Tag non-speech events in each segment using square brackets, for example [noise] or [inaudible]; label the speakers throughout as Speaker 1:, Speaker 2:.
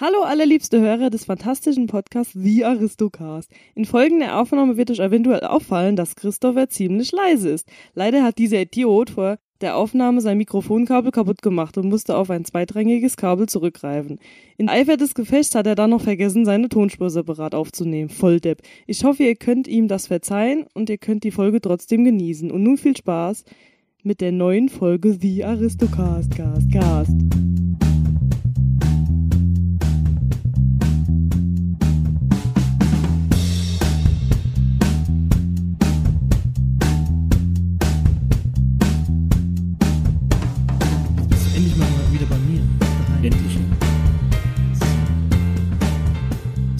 Speaker 1: Hallo allerliebste Hörer des fantastischen Podcasts The Aristocast. In folgender Aufnahme wird euch eventuell auffallen, dass Christopher ziemlich leise ist. Leider hat dieser Idiot vor der Aufnahme sein Mikrofonkabel kaputt gemacht und musste auf ein zweitrangiges Kabel zurückgreifen. In Eifer des Gefechts hat er dann noch vergessen, seine Tonspur separat aufzunehmen. Volldepp. Ich hoffe, ihr könnt ihm das verzeihen und ihr könnt die Folge trotzdem genießen. Und nun viel Spaß mit der neuen Folge The Aristocast. Cast, Cast.
Speaker 2: Endlich mal wieder bei mir.
Speaker 3: Endlich.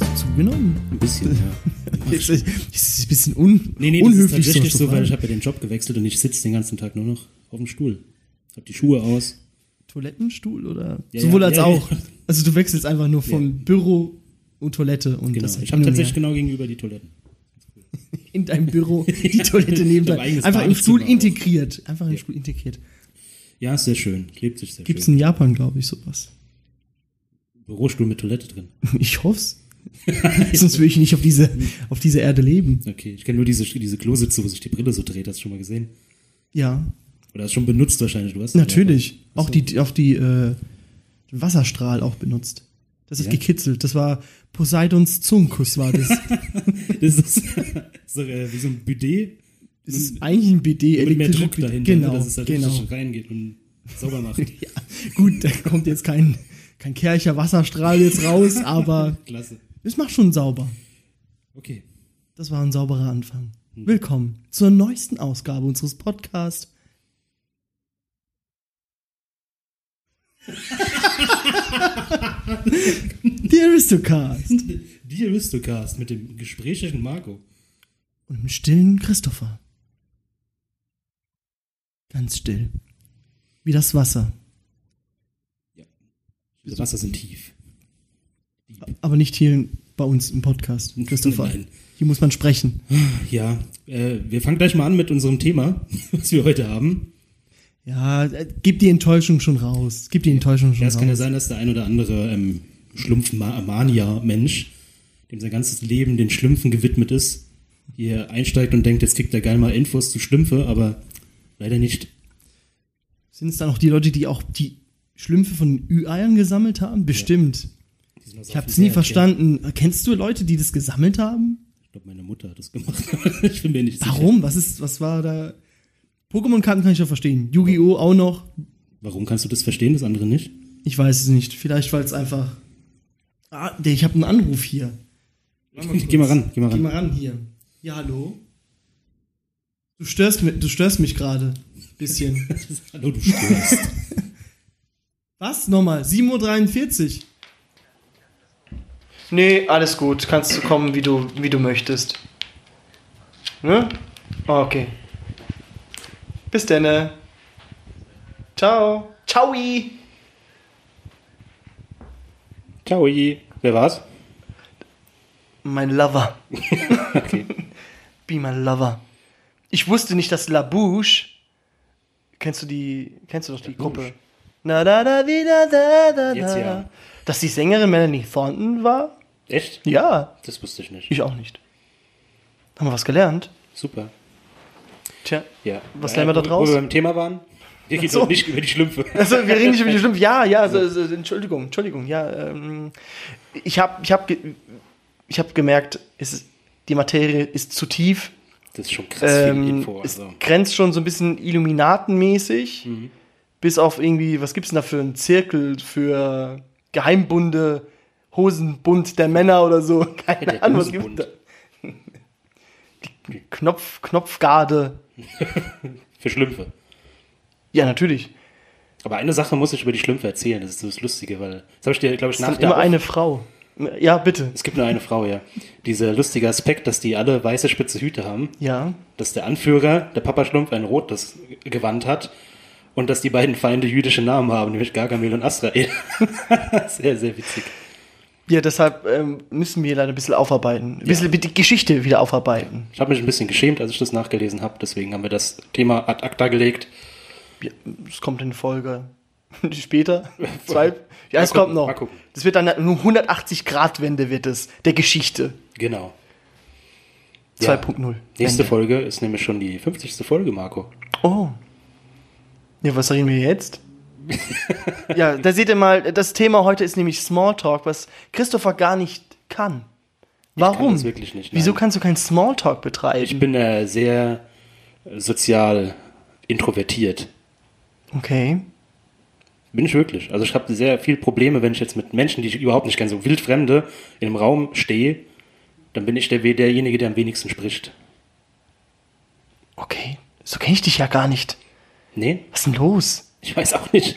Speaker 2: Hast du zugenommen?
Speaker 3: Ein bisschen, [laughs] ja.
Speaker 2: Das ist ein bisschen un
Speaker 3: nee, nee, das
Speaker 2: unhöflich.
Speaker 3: ist tatsächlich
Speaker 2: sowas zu
Speaker 3: so, weil ich
Speaker 2: fragen.
Speaker 3: habe ja den Job gewechselt und ich sitze den ganzen Tag nur noch auf dem Stuhl. Hab die Schuhe aus.
Speaker 2: Toilettenstuhl oder?
Speaker 3: Ja,
Speaker 2: Sowohl
Speaker 3: ja,
Speaker 2: als
Speaker 3: ja,
Speaker 2: auch.
Speaker 3: ja.
Speaker 2: Also du wechselst einfach nur vom Büro und Toilette und
Speaker 3: Genau.
Speaker 2: das
Speaker 3: ich
Speaker 2: hin
Speaker 3: habe
Speaker 2: und
Speaker 3: tatsächlich
Speaker 2: her.
Speaker 3: genau gegenüber die Toiletten.
Speaker 2: in deinem
Speaker 3: [laughs]
Speaker 2: Büro die Toilette neben
Speaker 3: Ich hab
Speaker 2: deinem-
Speaker 3: eigenes
Speaker 2: Einfach im Stuhl
Speaker 3: Badezimmer auch.
Speaker 2: integriert. Einfach im Stuhl integriert.
Speaker 3: Ja, ist sehr schön. Klebt sich sehr
Speaker 2: Gibt's
Speaker 3: schön.
Speaker 2: in Japan, glaube ich, sowas. [laughs]
Speaker 3: Bürostuhl mit Toilette drin.
Speaker 2: Ich
Speaker 3: [laughs]
Speaker 2: hoff's. Sonst würde ich nicht auf diese, auf diese Erde leben.
Speaker 3: Okay, ich kenne nur diese, diese Klositze, wo sich die Brille so dreht. Hast du schon mal gesehen?
Speaker 2: Ja,
Speaker 3: Oder hast du schon benutzt wahrscheinlich. Du hast
Speaker 2: Natürlich.
Speaker 3: Ach
Speaker 2: Auch
Speaker 3: so.
Speaker 2: die, auch die äh, Wasserstrahl auch benutzt. Das ist
Speaker 3: Ja.
Speaker 2: gekitzelt. Das war Poseidons Zungenkuss war
Speaker 3: [laughs]
Speaker 2: das.
Speaker 3: Das ist so, äh, wie so ein Bidet
Speaker 2: das ist eigentlich ein BD.
Speaker 3: mit mehr
Speaker 2: elektrisches
Speaker 3: Druck
Speaker 2: BD.
Speaker 3: dahinter,
Speaker 2: Genau,
Speaker 3: ne, dass es da richtig
Speaker 2: genau.
Speaker 3: reingeht und sauber
Speaker 2: [laughs]
Speaker 3: macht.
Speaker 2: Ja, gut, da kommt jetzt kein, kein Kercher Wasserstrahl jetzt raus, aber
Speaker 3: Klasse.
Speaker 2: es macht schon sauber.
Speaker 3: Okay.
Speaker 2: Das war ein sauberer Anfang.
Speaker 3: Hm.
Speaker 2: Willkommen zur neuesten Ausgabe unseres
Speaker 3: [laughs]
Speaker 2: Podcasts. The Aristocast
Speaker 3: Die Aristocast mit dem gesprächigen Marco.
Speaker 2: und dem stillen Christopher. Ganz still. Wie das Wasser.
Speaker 3: Die Wasser sind tief.
Speaker 2: Aber nicht hier bei uns im Podcast, Christopher.
Speaker 3: Nein.
Speaker 2: Hier muss man sprechen.
Speaker 3: Ja, äh, wir fangen gleich mal an mit unserem Thema, [laughs] was wir heute haben.
Speaker 2: Ja, äh, gib die Enttäuschung schon raus. Gib die Enttäuschung schon
Speaker 3: Ja, es kann ja
Speaker 2: raus.
Speaker 3: sein, dass der ein oder andere ähm, Schlumpfmania-Mensch, dem sein ganzes Leben den Schlümpfen gewidmet ist, hier einsteigt und denkt, jetzt kriegt er geil mal Infos zu Schlümpfe, aber leider nicht.
Speaker 2: Sind es dann auch die Leute, die auch die Schlümpfe von Ü-Eiern gesammelt haben? Bestimmt.
Speaker 3: Die sind aus
Speaker 2: Ich habe es
Speaker 3: dem
Speaker 2: nie
Speaker 3: Meer,
Speaker 2: verstanden. Kennst du Leute, die das gesammelt haben?
Speaker 3: Ich glaube, meine Mutter hat das gemacht. [laughs] ich bin mir nicht sicher.
Speaker 2: Warum? Was ist, was war da? Pokémon-Karten kann ich ja verstehen. Yu-Gi-Oh! auch noch.
Speaker 3: Warum kannst du das verstehen, das andere nicht?
Speaker 2: Ich weiß es nicht. Vielleicht, weil es einfach. Ah, der- ich habe einen Anruf hier.
Speaker 3: Geh mal ran, geh mal
Speaker 2: Geh
Speaker 3: ran.
Speaker 2: mal ran hier. Ja, hallo? Du störst, mi- du störst mich gerade. Bisschen.
Speaker 4: [laughs]
Speaker 3: Hallo, du störst.
Speaker 2: Was? Nochmal? 7.43 Uhr?
Speaker 4: Nee, alles gut. Kannst du kommen, wie du, wie du möchtest. Ne? Okay. Bis dann. Ciao. Ciao.
Speaker 3: Ciao, Wer war's?
Speaker 4: Mein Lover.
Speaker 3: [laughs]
Speaker 4: Be my lover. Ich wusste nicht, dass La Bouche. Kennst du die. Kennst du doch die Gruppe? Na da da di, da da da
Speaker 3: Jetzt
Speaker 4: da.
Speaker 3: ja.
Speaker 4: Dass die Sängerin Melanie Thornton war?
Speaker 3: Echt?
Speaker 4: Ja,
Speaker 3: Das wusste ich nicht.
Speaker 4: ich auch nicht. Haben wir was gelernt?
Speaker 3: Super.
Speaker 4: Tja.
Speaker 3: Ja.
Speaker 4: Was lernen wir da
Speaker 3: wo-
Speaker 4: draus?
Speaker 3: Wo wir beim Thema waren. Wir gehen
Speaker 4: so.
Speaker 3: doch nicht über
Speaker 4: [laughs]
Speaker 3: die Schlümpfe.
Speaker 4: Also, wir reden nicht über die Schlümpfe. Ja, ja, so, so, Entschuldigung, Entschuldigung. Ja, ähm, ich habe ich hab ge ich hab gemerkt, es ist, die Materie ist zu tief.
Speaker 3: Das ist schon krass viel
Speaker 4: Ähm,
Speaker 3: Info.
Speaker 4: es
Speaker 3: Also. Mhm.
Speaker 4: grenzt schon so ein bisschen Illuminatenmäßig. Bis auf irgendwie, was gibt's denn da für einen Zirkel, für Geheimbunde, Hosenbund der Männer oder so? [laughs] Keine
Speaker 3: Der
Speaker 4: Ahnung, was gibt's
Speaker 3: Hosenbund.
Speaker 4: da? Die Knopf, Knopfgarde.
Speaker 3: Für Schlümpfe.
Speaker 4: Ja, natürlich.
Speaker 3: Aber eine Sache muss ich über die Schlümpfe erzählen. Das ist so das Lustige, weil das habe ich dir, glaube ich,
Speaker 4: Es ist
Speaker 3: nach
Speaker 4: dann
Speaker 3: der
Speaker 4: immer
Speaker 3: Auf-
Speaker 4: eine Frau. Ja, bitte.
Speaker 3: Es gibt nur eine Frau, ja. Dieser lustige Aspekt, dass die alle weiße spitze Hüte haben,
Speaker 4: Ja.
Speaker 3: dass der Anführer, der Papa Schlumpf, ein rotes Gewand hat und dass die beiden Feinde jüdische Namen haben, nämlich Gargamel und Azrael. [laughs] sehr, sehr witzig.
Speaker 4: Ja, deshalb ähm, müssen wir leider ein bisschen aufarbeiten. Ein bisschen die Geschichte wieder aufarbeiten.
Speaker 3: Ich habe mich ein bisschen geschämt, als ich das nachgelesen habe. Deswegen haben wir das Thema ad acta gelegt.
Speaker 4: Ja, es kommt in Folge [laughs]
Speaker 3: [laughs]
Speaker 4: Später. Zwei. Ja, es
Speaker 3: gucken,
Speaker 4: kommt noch.
Speaker 3: mal gucken.
Speaker 4: Das wird dann halt eine 180-Grad-Wende wird es. Der Geschichte.
Speaker 3: Genau.
Speaker 4: 2.0.
Speaker 3: Nächste
Speaker 4: Ende.
Speaker 3: Folge ist nämlich schon die 50. Folge, Marco.
Speaker 4: Oh. Ja, was reden wir
Speaker 3: [laughs]
Speaker 4: jetzt? ja, da seht ihr mal, das Thema heute ist nämlich Smalltalk, was Christopher gar nicht kann. Warum?
Speaker 3: das wirklich nicht,
Speaker 4: Wieso
Speaker 3: nein.
Speaker 4: kannst du kein Smalltalk betreiben?
Speaker 3: Ich bin äh, sehr äh, sozial introvertiert.
Speaker 4: okay.
Speaker 3: Bin ich wirklich. Also ich habe sehr viel Probleme, wenn ich jetzt mit Menschen, die ich überhaupt nicht kenne, so wildfremde, in einem Raum stehe, dann bin ich der, derjenige, der am wenigsten spricht.
Speaker 4: Okay. So kenne ich dich ja gar nicht.
Speaker 3: Nee,
Speaker 4: Was ist denn los?
Speaker 3: ich weiß auch nicht.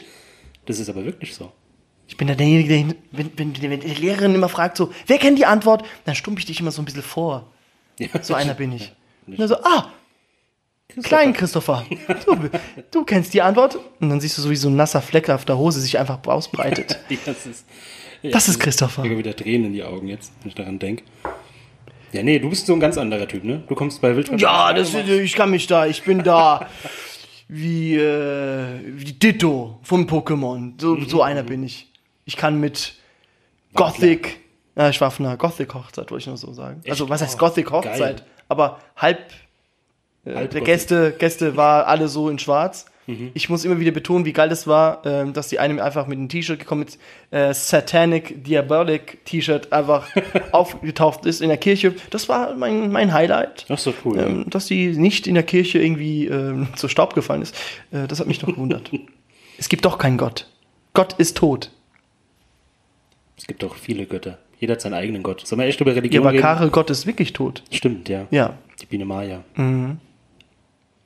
Speaker 3: Das ist aber wirklich so.
Speaker 4: Ich bin da derjenige, der, hin- wenn, wenn, wenn die Lehrerin immer fragt, so, wer kennt die Antwort? Dann stumpf ich dich immer so ein bisschen vor.
Speaker 3: Ja.
Speaker 4: So einer
Speaker 3: [laughs]
Speaker 4: bin ich. Und dann so, ah, klein Christopher, du, du kennst die Antwort. Und dann siehst du sowieso ein nasser Fleck auf der Hose sich einfach ausbreitet.
Speaker 3: Das ist,
Speaker 4: Das ist Christopher.
Speaker 3: Ich kriege wieder Tränen in die Augen jetzt, wenn ich daran denke. Ja, nee, du bist so ein ganz anderer Typ, ne? Du kommst bei Wildfremden.
Speaker 4: Ja, das, ich kann mich da, ich bin da wie, äh, wie Ditto von Pokémon. So,
Speaker 3: Mhm.
Speaker 4: so einer bin ich. Ich kann mit Gothic, ja, ich war auf einer Gothic-Hochzeit, wollte ich nur so sagen. Also, was heißt
Speaker 3: Oh,
Speaker 4: Gothic-Hochzeit?
Speaker 3: geil.
Speaker 4: Aber halb, äh,
Speaker 3: Halb
Speaker 4: der
Speaker 3: Gothic. Mhm.
Speaker 4: Gäste, Gäste war alle so in schwarz. Ich muss immer wieder betonen, wie geil das war, ähm, dass die eine einfach mit einem T-Shirt gekommen ist, äh, Satanic Diabolic T-Shirt
Speaker 3: [laughs]
Speaker 4: einfach aufgetaucht ist in der Kirche. Das war mein, mein Highlight
Speaker 3: Ach so, cool.
Speaker 4: ähm, dass sie nicht in der Kirche irgendwie ähm, [laughs] zu Staub gefallen ist. Äh, das hat mich noch
Speaker 3: [laughs]
Speaker 4: gewundert. es gibt doch keinen Gott. Gott ist tot.
Speaker 3: Es gibt auch viele Götter. Jeder hat seinen eigenen Gott. Sollen wir echt über
Speaker 4: Ja,
Speaker 3: Religion
Speaker 4: aber
Speaker 3: reden?
Speaker 4: Karel Gott ist wirklich tot.
Speaker 3: Stimmt, ja.
Speaker 4: Ja.
Speaker 3: Die Biene Maya.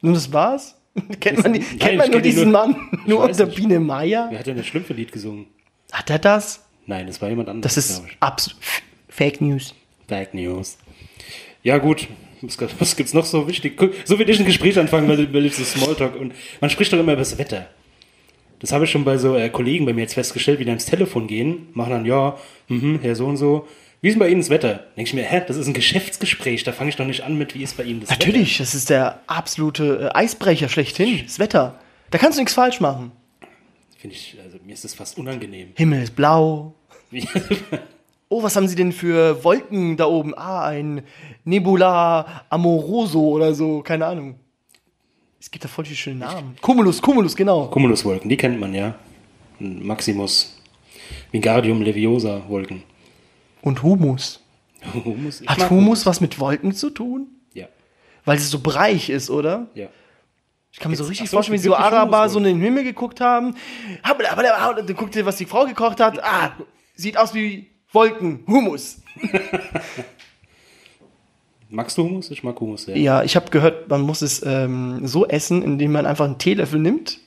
Speaker 4: Nun, das war's? [laughs] kennt man, die,
Speaker 3: Nein,
Speaker 4: kennt man
Speaker 3: ich
Speaker 4: nur
Speaker 3: kenn die
Speaker 4: diesen
Speaker 3: nur-
Speaker 4: Mann?
Speaker 3: Ich
Speaker 4: Nur
Speaker 3: weiß
Speaker 4: unter
Speaker 3: nicht.
Speaker 4: Biene Meier?
Speaker 3: Wer hat denn das Schlümpfe-Lied gesungen?
Speaker 4: Hat er das?
Speaker 3: Nein, das war jemand anderes,
Speaker 4: Das ist
Speaker 3: glaub ich.
Speaker 4: absolut Fake News.
Speaker 3: Bad News. Ja, gut. Was, was gibt's noch so wichtig? Guck, So will ich ein Gespräch anfangen, weil, weil ich so Smalltalk und man spricht doch immer über das Wetter. Das habe ich schon bei so äh, Kollegen bei mir jetzt festgestellt, die dann ins Telefon gehen, machen dann, ja, mhm, Herr so und so, wie ist denn bei Ihnen das Wetter? Denke ich mir, hä, das ist ein Geschäftsgespräch, da fange ich doch nicht an mit, wie ist bei Ihnen das Wetter?
Speaker 4: Natürlich, das ist der absolute äh, Eisbrecher schlechthin. Das Wetter. Da kannst du nichts falsch machen.
Speaker 3: Finde ich, also mir ist das fast unangenehm.
Speaker 4: Himmel ist
Speaker 3: [laughs]
Speaker 4: blau. Oh, was haben sie denn für Wolken da oben? Ah, ein Nebula Amoroso oder so, keine Ahnung. Es gibt da voll die schönen Namen. Cumulus, Cumulus, genau.
Speaker 3: Cumuluswolken, die kennt man ja. Und Maximus, Vingardium Leviosa Wolken.
Speaker 4: Und Humus.
Speaker 3: [laughs] Humus, ich
Speaker 4: Hat
Speaker 3: mag
Speaker 4: Humus was mit Wolken zu tun?
Speaker 3: Ja,
Speaker 4: Weil es so breich ist, oder?
Speaker 3: ja.
Speaker 4: Ich kann mir so
Speaker 3: Jetzt-
Speaker 4: richtig
Speaker 3: ach so,
Speaker 4: vorstellen, wie
Speaker 3: es
Speaker 4: so
Speaker 3: gibt wirklich
Speaker 4: Araber
Speaker 3: Humus,
Speaker 4: so in den Himmel geguckt haben. Hablabla, und Dann guckt ihr, was die Frau gekocht hat. Ah, sieht aus wie Wolken, Humus.
Speaker 3: Magst du Humus? Ich mag Humus sehr.
Speaker 4: Ja, ich habe gehört, man muss es ähm, so essen, indem man einfach einen Teelöffel nimmt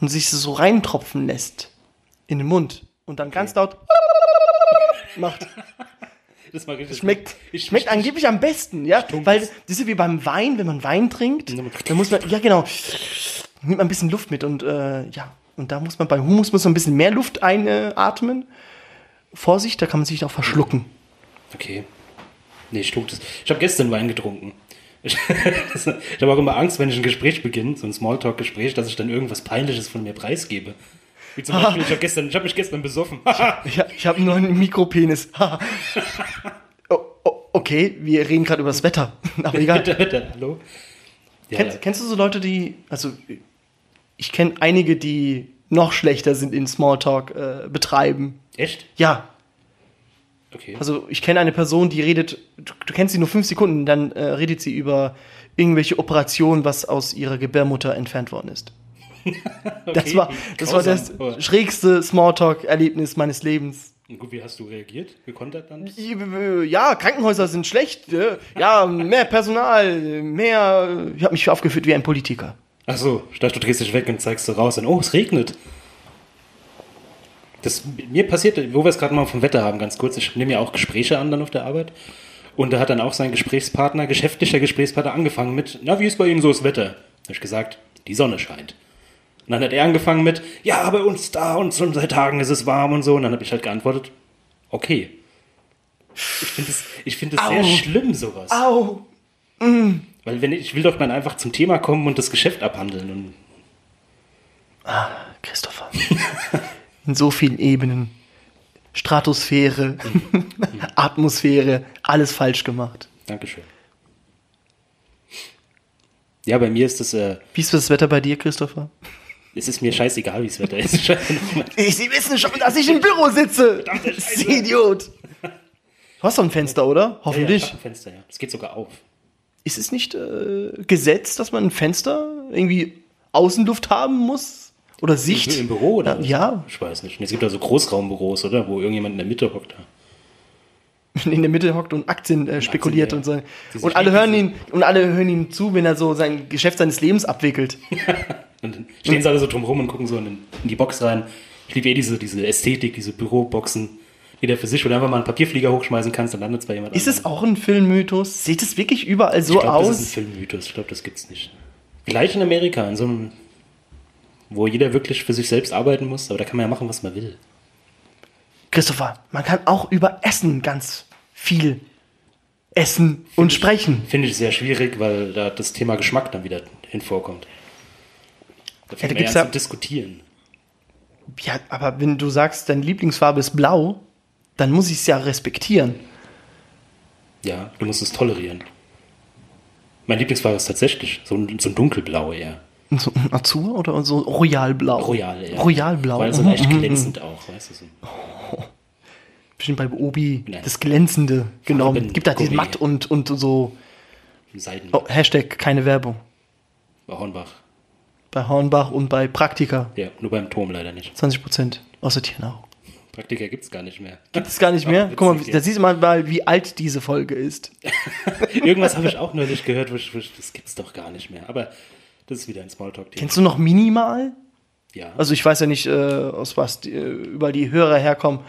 Speaker 4: und sich so reintropfen lässt in den Mund und dann ganz laut macht.
Speaker 3: Das war richtig
Speaker 4: Schmeckt,
Speaker 3: gut. [laughs] Ich-
Speaker 4: schmeckt
Speaker 3: ich-
Speaker 4: angeblich am besten, ja,
Speaker 3: Stumpf.
Speaker 4: weil das ist wie beim Wein, wenn man Wein trinkt,
Speaker 3: Ja, man-
Speaker 4: dann muss man, ja genau, nimmt man ein bisschen Luft mit und äh, ja, und da muss man bei Humus muss man ein bisschen mehr Luft einatmen. Vorsicht, da kann man sich auch verschlucken.
Speaker 3: Okay. Nee, ich trug das. Ich habe gestern Wein getrunken. [laughs] Ich, ich habe auch immer Angst, wenn ich ein Gespräch beginne, so ein Smalltalk-Gespräch, dass ich dann irgendwas Peinliches von mir preisgebe. Wie
Speaker 4: Ah.
Speaker 3: zum Beispiel, ich habe gestern, ich habe mich gestern besoffen. [laughs]
Speaker 4: Ich, hab- ich habe nur einen Mikropenis. [laughs] Ha. oh, oh, okay, wir reden gerade über das Wetter. [laughs] Aber egal.
Speaker 3: Bitte, bitte, hallo. Ja,
Speaker 4: Kennst, kennst du so Leute, die. Also, ich kenne einige, die noch schlechter sind in Smalltalk äh, betreiben.
Speaker 3: echt?
Speaker 4: Ja,
Speaker 3: Okay.
Speaker 4: also ich kenne eine Person, die redet. Du, du kennst sie nur fünf Sekunden, dann äh, redet sie über irgendwelche Operationen, was aus ihrer Gebärmutter entfernt worden ist. Das
Speaker 3: Okay,
Speaker 4: war das, war das
Speaker 3: grausam, aber-
Speaker 4: schrägste Smalltalk-Erlebnis meines Lebens.
Speaker 3: Gut, wie hast du reagiert? Gekontert dann?
Speaker 4: äh, Ja, Krankenhäuser sind schlecht. äh, Ja, mehr Personal, mehr. äh, Ich habe mich aufgeführt wie ein Politiker.
Speaker 3: Ach so, ich dachte, du drehst dich weg und zeigst so raus und oh, es regnet. Das, mir passierte, wo wir es gerade mal vom Wetter haben, ganz kurz, ich nehme ja auch Gespräche an dann auf der Arbeit. Und da hat dann auch sein Gesprächspartner, geschäftlicher Gesprächspartner, angefangen mit, na, wie ist bei Ihnen so das Wetter? Da habe ich gesagt, die Sonne scheint. Und dann hat er angefangen mit, ja, bei uns da und schon seit Tagen ist es warm und so. Und dann habe ich halt geantwortet, okay. Ich finde es ich find das sehr
Speaker 4: Au.
Speaker 3: schlimm, sowas.
Speaker 4: Au!
Speaker 3: Weil wenn ich, ich will doch dann einfach zum Thema kommen und das Geschäft abhandeln. Und
Speaker 4: Christopher. [laughs] In so vielen Ebenen. Stratosphäre, [laughs] Atmosphäre, alles falsch gemacht.
Speaker 3: Dankeschön. Ja, bei mir ist das, äh,
Speaker 4: Wie ist das Wetter bei dir, Christopher?
Speaker 3: es ist mir scheißegal, wie das
Speaker 4: [laughs]
Speaker 3: Wetter ist. Scheiße.
Speaker 4: Ich, Sie wissen schon, dass ich im Büro sitze. [laughs] Sie Idiot. Du hast doch ein Fenster, oder? Hoffentlich.
Speaker 3: Ja, ja, ich hab ein Fenster, ja. Es geht sogar auf.
Speaker 4: Ist es nicht äh, Gesetz, dass man ein Fenster irgendwie Außenluft haben muss? Oder Sicht?
Speaker 3: Im Büro oder?
Speaker 4: Na, ja,
Speaker 3: Ich weiß nicht. Und Es gibt da so Großraumbüros, oder? Wo irgendjemand in der Mitte hockt.
Speaker 4: in der Mitte hockt und Aktien äh, spekuliert
Speaker 3: Aktien,
Speaker 4: und
Speaker 3: ja.
Speaker 4: so.
Speaker 3: Diese
Speaker 4: Und alle hören ihn und alle hören ihm zu, wenn er so sein Geschäft seines Lebens abwickelt.
Speaker 3: Und dann stehen sie alle so drum rum und gucken so in, den, in die Box rein. Ich liebe eh diese, diese Ästhetik, diese Büroboxen. Jeder für sich, wo du einfach mal einen Papierflieger hochschmeißen kannst, dann landet es bei jemand
Speaker 4: Ist es auch ein Filmmythos? Sieht es wirklich überall so
Speaker 3: ich glaub, Das
Speaker 4: aus?
Speaker 3: ist ein Filmmythos. Ich glaube, das gibt's nicht. Vielleicht in Amerika, in so einem, wo jeder wirklich für sich selbst arbeiten muss, aber da kann man ja machen, was man will.
Speaker 4: Christopher, man kann auch über Essen ganz viel essen und sprechen.
Speaker 3: Finde ich sehr schwierig, weil da das Thema Geschmack dann wieder hinvorkommt. Da
Speaker 4: Ja, da
Speaker 3: fängt man
Speaker 4: gibt's
Speaker 3: ja
Speaker 4: ja-
Speaker 3: an zu diskutieren.
Speaker 4: Ja, aber wenn du sagst, deine Lieblingsfarbe ist blau, dann muss ich es ja respektieren.
Speaker 3: Ja, du musst es tolerieren. Mein Lieblingsfarbe ist tatsächlich so ein, so ein dunkelblau eher.
Speaker 4: Und So ein Azur oder so Royalblau?
Speaker 3: Royal eher.
Speaker 4: Royalblau.
Speaker 3: Weil so
Speaker 4: Mhm,
Speaker 3: leicht
Speaker 4: mhm,
Speaker 3: glänzend auch, weißt du? So.
Speaker 4: Bestimmt bei Obi
Speaker 3: Nein.
Speaker 4: das Glänzende genommen.
Speaker 3: Farben-
Speaker 4: Gibt da die
Speaker 3: Gummi.
Speaker 4: matt und, und so.
Speaker 3: Seiden.
Speaker 4: Oh, Hashtag keine Werbung.
Speaker 3: Bei Hornbach.
Speaker 4: Bei Hornbach und bei Praktika.
Speaker 3: Ja, nur beim Turm leider nicht.
Speaker 4: 20% außer Tiernahrung.
Speaker 3: Praktiker gibt's gar nicht mehr.
Speaker 4: Gibt es
Speaker 3: [laughs]
Speaker 4: gar nicht mehr?
Speaker 3: Ach,
Speaker 4: Guck mal,
Speaker 3: witzig,
Speaker 4: da sieht man mal, wie alt diese Folge ist.
Speaker 3: Irgendwas habe ich auch neulich gehört, wo ich, wo ich, das gibt's doch gar nicht mehr. Aber das ist wieder ein Smalltalk-Thema.
Speaker 4: Kennst du noch Minimal?
Speaker 3: Ja.
Speaker 4: Also ich weiß ja nicht, äh, aus was die, äh, überall die Hörer herkommen.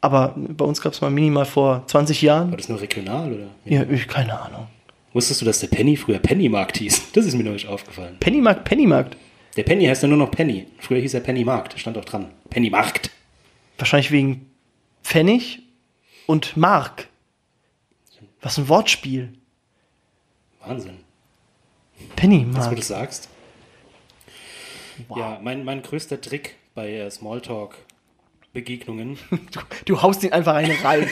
Speaker 4: Aber bei uns gab es mal Minimal vor 20
Speaker 3: War
Speaker 4: Jahren.
Speaker 3: das nur regional oder?
Speaker 4: Ja, ich, keine Ahnung.
Speaker 3: Wusstest du, dass der Penny früher Pennymarkt hieß? [laughs] Das ist mir neulich aufgefallen.
Speaker 4: Pennymarkt, Pennymarkt.
Speaker 3: Der Penny heißt ja nur noch Penny. Früher hieß er Pennymarkt. Stand auch dran. Pennymarkt.
Speaker 4: Wahrscheinlich wegen Pfennig und Mark. Was ein Wortspiel.
Speaker 3: Wahnsinn. Dass du
Speaker 4: Pennymarkt.
Speaker 3: das sagst. Ja, mein, mein größter Trick bei äh, Smalltalk-Begegnungen.
Speaker 4: [laughs]
Speaker 3: [laughs]
Speaker 4: Du, du haust ihn einfach eine rein.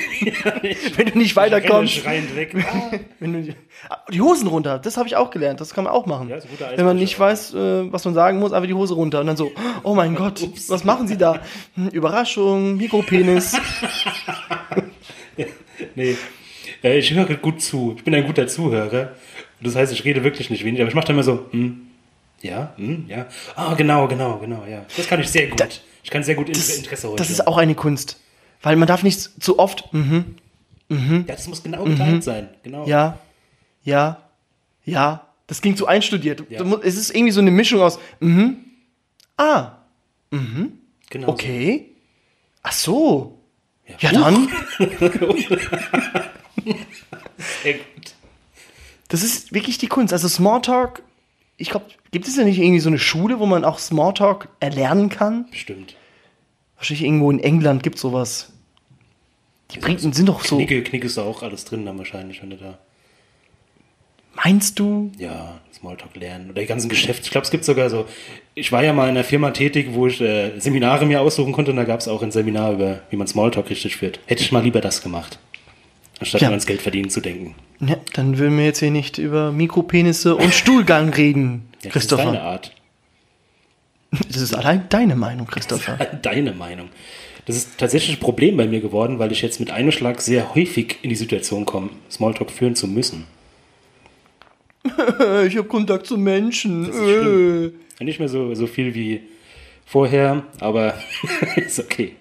Speaker 4: wenn du nicht
Speaker 3: Renne
Speaker 4: weiterkommst.
Speaker 3: schreiend weg. [laughs] Ah,
Speaker 4: [laughs] Wenn du, Ah, die Hosen runter, das habe ich auch gelernt. Das kann man auch machen.
Speaker 3: Ja, ist ein guter
Speaker 4: wenn man nicht weiß,
Speaker 3: Eisbrecher.
Speaker 4: äh, was man sagen muss, einfach die Hose runter. Und dann so, oh
Speaker 3: [laughs]
Speaker 4: mein Gott, was machen sie da? Hm, Überraschung, Mikropenis.
Speaker 3: nee. Äh, Ich höre gut zu. Ich bin ein guter Zuhörer. Das heißt, ich rede wirklich nicht wenig, aber ich mache dann immer so, hm, ja, hm, ja. Ah, genau, genau, genau, ja. Das kann ich sehr gut. ich kann sehr gut Inter-
Speaker 4: Das,
Speaker 3: [laughs] Interesse holen.
Speaker 4: das ist auch eine Kunst. Weil man darf nicht zu oft, mhm,
Speaker 3: Ja, das muss genau geteilt sein. Genau.
Speaker 4: ja, ja, ja. Das klingt so einstudiert. Du-
Speaker 3: Ja.
Speaker 4: du musst- Es ist irgendwie so eine Mischung aus, mhm, ah,
Speaker 3: Genau
Speaker 4: okay, ach so. Ja,
Speaker 3: Ja.
Speaker 4: dann,
Speaker 3: So. Sehr gut.
Speaker 4: das ist wirklich die Kunst. Also Smalltalk, ich glaube, gibt es ja nicht irgendwie so eine Schule, wo man auch Smalltalk erlernen kann?
Speaker 3: Bestimmt.
Speaker 4: Wahrscheinlich irgendwo in England gibt sowas. Die Briten sind doch so.
Speaker 3: Knicke, Knicke ist da auch alles drin dann wahrscheinlich, wenn du da.
Speaker 4: Meinst du?
Speaker 3: Ja, Smalltalk lernen oder die ganzen Geschäfts. Ich glaube, es gibt sogar so. Ich war ja mal in einer Firma tätig, wo ich äh, Seminare mir aussuchen konnte und da gab es auch ein Seminar über, wie man Smalltalk richtig führt. Hätte ich mal lieber das gemacht, anstatt
Speaker 4: Ja.
Speaker 3: nur ans Geld verdienen zu denken.
Speaker 4: Ja, Ne, dann würden wir jetzt hier nicht über Mikropenisse
Speaker 3: [laughs]
Speaker 4: und Stuhlgang reden,
Speaker 3: Ja, Das ist deine
Speaker 4: Christopher.
Speaker 3: Art,
Speaker 4: Das ist allein deine Meinung, Christopher.
Speaker 3: [laughs] deine Meinung. Das ist tatsächlich ein Problem bei mir geworden, weil ich jetzt mit einem Schlag sehr häufig in die Situation komme, Smalltalk führen zu müssen.
Speaker 4: Äh, ich habe Kontakt zu Menschen. Äh.
Speaker 3: Das ist schlimm. Ja, Nicht mehr so, so viel wie vorher, aber [laughs] ist okay.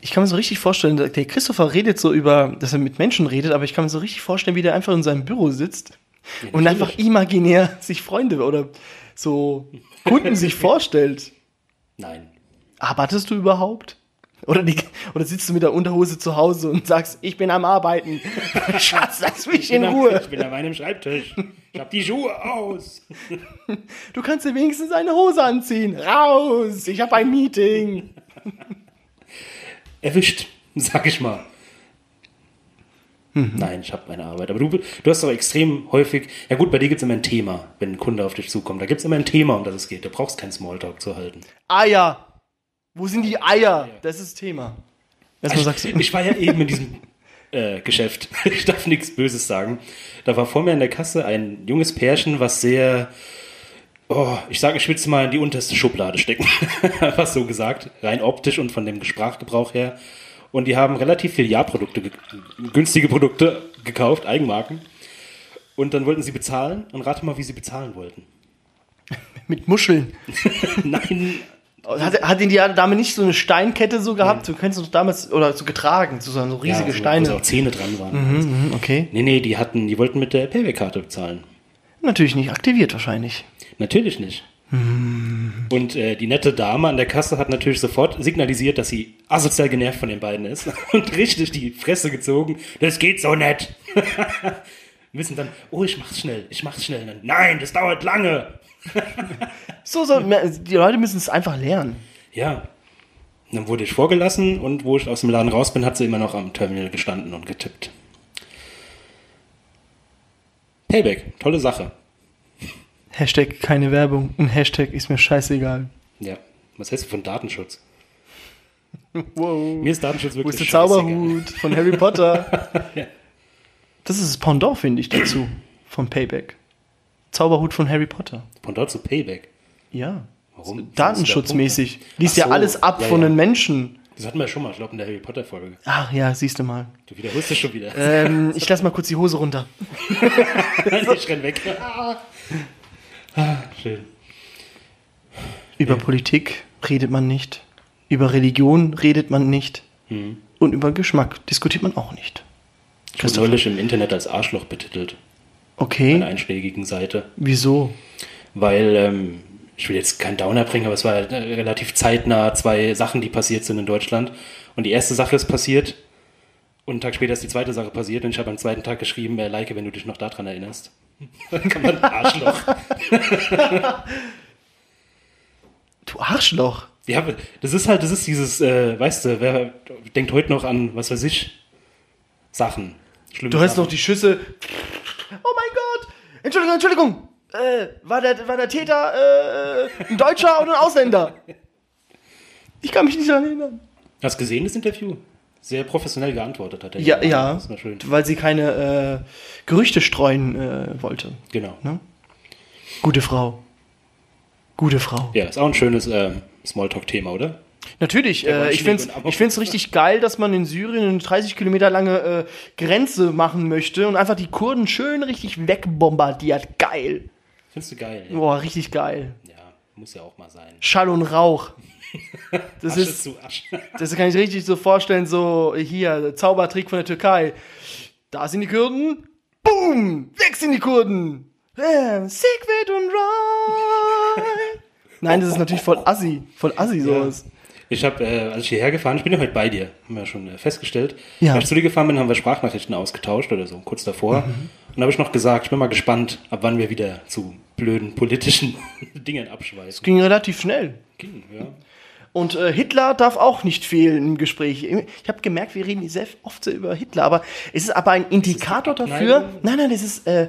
Speaker 4: Ich kann mir so richtig vorstellen, der der Christopher redet so über, dass er mit Menschen redet, aber ich kann mir so richtig vorstellen, wie der einfach in seinem Büro sitzt und
Speaker 3: natürlich.
Speaker 4: einfach imaginär sich Freunde oder so Kunden
Speaker 3: [laughs]
Speaker 4: sich vorstellt.
Speaker 3: Nein.
Speaker 4: Arbeitest du überhaupt? Oder, die, oder sitzt du mit der Unterhose zu Hause und sagst, ich bin am Arbeiten. [laughs] Schatz, lass mich in
Speaker 3: bin am-
Speaker 4: Ruhe.
Speaker 3: Ich bin an meinem Schreibtisch. Ich hab die Schuhe aus.
Speaker 4: Du kannst dir wenigstens eine Hose anziehen. Raus, ich habe ein Meeting.
Speaker 3: [laughs] Erwischt, sag ich mal.
Speaker 4: Mhm.
Speaker 3: Nein, ich habe meine Arbeit. Aber du, du hast doch extrem häufig, ja gut, bei dir gibt es immer ein Thema, wenn ein Kunde auf dich zukommt. Da gibt es immer ein Thema, um das es geht. Du brauchst keinen Smalltalk zu halten.
Speaker 4: Eier. Wo sind die Eier? Das ist das Thema. Erstmal sagst du.
Speaker 3: Also Ich war ja eben in diesem äh, Geschäft. [laughs] Ich darf nichts Böses sagen. Da war vor mir an der Kasse ein junges Pärchen, was sehr, oh, ich sage, ich will es mal in die unterste Schublade stecken. [laughs] Was so gesagt, rein optisch und von dem Sprachgebrauch her. Und die haben relativ viele Ja-Produkte, ge- günstige Produkte gekauft, Eigenmarken. Und dann wollten sie bezahlen und rate mal, wie sie bezahlen wollten. [laughs]
Speaker 4: Mit Muscheln.
Speaker 3: Nein,
Speaker 4: Hat, hat denn die Dame nicht so eine Steinkette so gehabt? Du kennst es doch damals, oder so getragen, so, so riesige
Speaker 3: ja, wo- Wo so
Speaker 4: Steine.
Speaker 3: auch Zähne dran waren.
Speaker 4: Mhm, okay.
Speaker 3: Nee, nee, die hatten, die wollten mit der Payback-Karte bezahlen.
Speaker 4: Natürlich nicht aktiviert wahrscheinlich.
Speaker 3: Natürlich nicht. Und äh, die nette Dame an der Kasse hat natürlich sofort signalisiert, dass sie asozial genervt von den beiden ist [laughs] und richtig die Fresse gezogen. Das geht so nett. [laughs] Wissen dann, oh, ich mach's schnell, ich mach's schnell. Dann, Nein, das dauert lange.
Speaker 4: So, so, die Leute müssen es einfach lernen.
Speaker 3: Ja. Und dann wurde ich vorgelassen und wo ich aus dem Laden raus bin, hat sie immer noch am Terminal gestanden und getippt. Payback, tolle Sache.
Speaker 4: Hashtag keine Werbung und Hashtag ist mir scheißegal.
Speaker 3: Ja. Was hältst du von Datenschutz?
Speaker 4: Wow.
Speaker 3: Mir ist Datenschutz
Speaker 4: Wo ist
Speaker 3: wirklich
Speaker 4: der
Speaker 3: scheißegal.
Speaker 4: Zauberhut von Harry
Speaker 3: [laughs]
Speaker 4: Potter? Das ist das Pendant, finde ich, dazu. Von Payback. Zauberhut von Harry Potter.
Speaker 3: Von dort zu Payback.
Speaker 4: Ja.
Speaker 3: Warum?
Speaker 4: Datenschutzmäßig. Liest
Speaker 3: Ach
Speaker 4: ja
Speaker 3: so,
Speaker 4: alles ab
Speaker 3: ja,
Speaker 4: von
Speaker 3: ja.
Speaker 4: den Menschen.
Speaker 3: Das hatten wir schon mal, ich glaube, in der Harry Potter-Folge.
Speaker 4: Ach ja, siehst du mal.
Speaker 3: Du wiederholst es schon wieder.
Speaker 4: Ähm, ich lass mal kurz die Hose runter.
Speaker 3: [laughs] ich
Speaker 4: [laughs]
Speaker 3: renn weg. Ah, schön.
Speaker 4: Über Politik redet man nicht. Über Religion redet man nicht.
Speaker 3: Hm.
Speaker 4: Und über Geschmack diskutiert man auch nicht.
Speaker 3: Ich wurde neulich im Internet als Arschloch betitelt. Eine
Speaker 4: Okay,
Speaker 3: einschlägigen Seite.
Speaker 4: wieso?
Speaker 3: Weil, ähm, ich will jetzt keinen Downer bringen, aber es war halt, äh, relativ zeitnah zwei Sachen, die passiert sind in Deutschland. Und die erste Sache ist passiert. Und einen Tag später ist die zweite Sache passiert. Und ich habe am zweiten Tag geschrieben, äh, like, wenn du dich noch daran erinnerst. [laughs] Dann kann man Arschloch.
Speaker 4: Du Arschloch.
Speaker 3: Ja, aber das ist halt, das ist dieses, äh, weißt du, wer denkt heute noch an, was weiß ich, Sachen. Schlimme
Speaker 4: Du hörst
Speaker 3: Sachen.
Speaker 4: noch die Schüsse. Oh mein Gott! Entschuldigung, Entschuldigung! Äh, war, der, war der Täter äh, ein Deutscher oder ein Ausländer? Ich kann mich nicht daran erinnern.
Speaker 3: Hast gesehen das Interview? Sehr professionell geantwortet hat er.
Speaker 4: Ja, ja.
Speaker 3: Das war schön.
Speaker 4: Weil sie keine äh, Gerüchte streuen äh, wollte.
Speaker 3: Genau.
Speaker 4: Ne? Gute Frau. Gute Frau.
Speaker 3: Ja, ist auch ein schönes ähm, Smalltalk-Thema, oder?
Speaker 4: Natürlich,
Speaker 3: war
Speaker 4: äh,
Speaker 3: ein
Speaker 4: ich finde es
Speaker 3: Schneewind, aber-
Speaker 4: ich find's richtig geil, dass man in Syrien eine 30 Kilometer lange äh, Grenze machen möchte und einfach die Kurden schön richtig wegbombardiert. Geil.
Speaker 3: Findest du geil? Ja,
Speaker 4: Boah, richtig geil.
Speaker 3: ja muss ja auch mal sein.
Speaker 4: Schall und Rauch. Das
Speaker 3: Asche
Speaker 4: ist,
Speaker 3: zu Asche.
Speaker 4: das kann ich richtig so vorstellen, so hier, Zaubertrick von der Türkei. Da sind die Kurden. Boom! Weg sind die Kurden! Ähm, Siegfried und
Speaker 3: [laughs]
Speaker 4: Roy! Nein, das ist natürlich voll assi. Voll assi sowas.
Speaker 3: Ich habe, äh, als ich hierher gefahren ich bin ja heute bei dir, haben wir ja schon äh, festgestellt.
Speaker 4: Ja.
Speaker 3: Als ich zu dir gefahren bin, haben wir Sprachnachrichten ausgetauscht oder so, kurz davor.
Speaker 4: Mhm.
Speaker 3: Und habe ich noch gesagt, ich bin mal gespannt, ab wann wir wieder zu blöden politischen [laughs] Dingen abschweifen.
Speaker 4: Ging relativ schnell.
Speaker 3: Ging, ja.
Speaker 4: Und äh, Hitler darf auch nicht fehlen im Gespräch. Ich habe gemerkt, wir reden sehr oft so über Hitler, aber es ist aber ein Indikator
Speaker 3: eine
Speaker 4: dafür.
Speaker 3: Abneigung?
Speaker 4: Nein, nein, es ist, äh,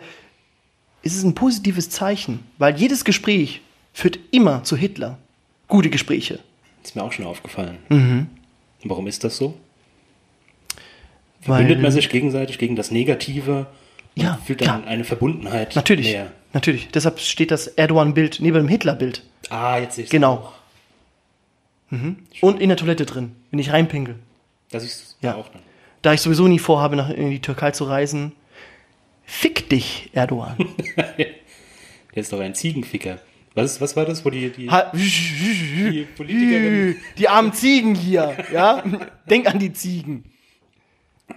Speaker 4: es ist ein positives Zeichen, weil jedes Gespräch führt immer zu Hitler. Gute Gespräche.
Speaker 3: Ist mir auch schon aufgefallen.
Speaker 4: Mhm.
Speaker 3: Warum ist das so? Bindet man
Speaker 4: Weil,
Speaker 3: sich gegenseitig gegen das Negative und
Speaker 4: Ja,
Speaker 3: fühlt dann
Speaker 4: klar.
Speaker 3: eine Verbundenheit.
Speaker 4: natürlich,
Speaker 3: Mehr.
Speaker 4: natürlich. Deshalb steht das Erdogan-Bild neben dem Hitler-Bild.
Speaker 3: Ah, jetzt sehe ich
Speaker 4: Genau. Mhm. Und in der Toilette drin, wenn ich reinpinkel.
Speaker 3: Das ist
Speaker 4: Ja.
Speaker 3: ja auch dann.
Speaker 4: Da ich sowieso nie vorhabe, nach in die Türkei zu reisen. Fick dich, Erdogan.
Speaker 3: Der ist doch ein Ziegenficker. Was, was war das, wo die. die
Speaker 4: Ha-
Speaker 3: Politikerin.
Speaker 4: Die armen Ziegen hier, ja? Denk an die Ziegen.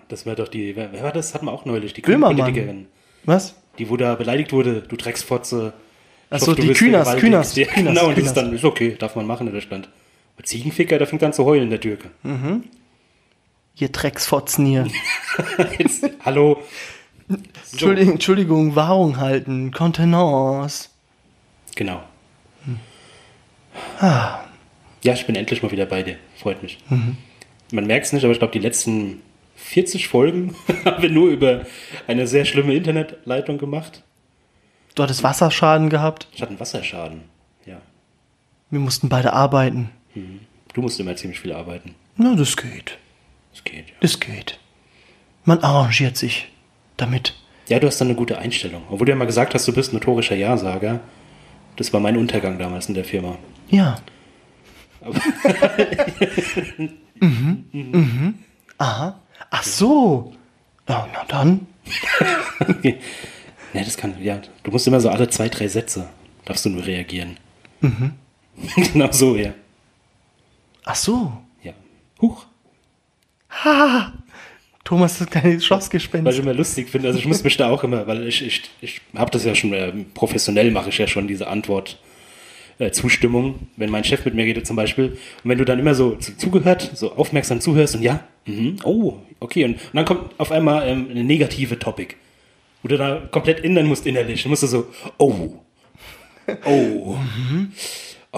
Speaker 3: das war doch die. Wer, wer war das? Hatten wir auch neulich. Die
Speaker 4: Böhmermann.
Speaker 3: Politikerin.
Speaker 4: Was?
Speaker 3: Die, wo da beleidigt wurde, du Drecksfotze. Ich
Speaker 4: Ach so,
Speaker 3: hoffe, du
Speaker 4: die
Speaker 3: wirst
Speaker 4: Kühners,
Speaker 3: vergewaltigt.
Speaker 4: Kühners,
Speaker 3: [laughs] Ja,
Speaker 4: Kühners,
Speaker 3: genau, und das
Speaker 4: Kühners.
Speaker 3: ist dann. Ist okay, darf man machen in Deutschland. Aber Ziegenficker, der fängt an zu heulen, der Türke.
Speaker 4: Hm? Ihr Drecksfotzen hier.
Speaker 3: [laughs] Jetzt,
Speaker 4: [laughs]
Speaker 3: hallo. So,
Speaker 4: Entschuldigung, Entschuldigung, Wahrung halten, Kontenance.
Speaker 3: Genau.
Speaker 4: Ah. Mhm.
Speaker 3: Ja, ich bin endlich mal wieder bei dir. Freut mich. Man merkt es nicht, aber ich glaube, die letzten 40 Folgen [laughs] haben wir nur über eine sehr schlimme Internetleitung gemacht.
Speaker 4: Du hattest Wasserschaden gehabt.
Speaker 3: Ich hatte einen Wasserschaden. Ja.
Speaker 4: Wir mussten beide arbeiten.
Speaker 3: Du musst immer ziemlich viel arbeiten.
Speaker 4: Na, das geht.
Speaker 3: Das geht, ja.
Speaker 4: Das geht. Man arrangiert sich damit.
Speaker 3: Ja, du hast dann eine gute Einstellung. Obwohl du ja mal gesagt hast, du bist ein notorischer Ja-Sager. Das war mein Untergang damals in der Firma.
Speaker 4: Ja. [laughs]
Speaker 3: Aber-
Speaker 4: Mhm. Aha. Ach so. Ja, na dann.
Speaker 3: Ja, das kann, ja. Du musst immer so alle zwei, drei Sätze darfst du nur reagieren. Mhm. [laughs] genau so, ja.
Speaker 4: Ach so.
Speaker 3: Ja. Huch.
Speaker 4: Ha. Thomas ist kein
Speaker 3: Weil ich
Speaker 4: Schlossgespenst.
Speaker 3: immer lustig finde. Also ich muss mich da auch immer, weil ich, ich, ich habe das ja schon, äh, professionell mache ich ja schon diese Antwort. Äh, Zustimmung, wenn mein Chef mit mir redet zum Beispiel. Und wenn du dann immer so zu, zugehört, so aufmerksam zuhörst und ja, mhm, oh, okay. Und, und dann kommt auf einmal ähm, eine negative Topic. Wo du da komplett ändern musst innerlich. Du musst du so, oh, oh, oh,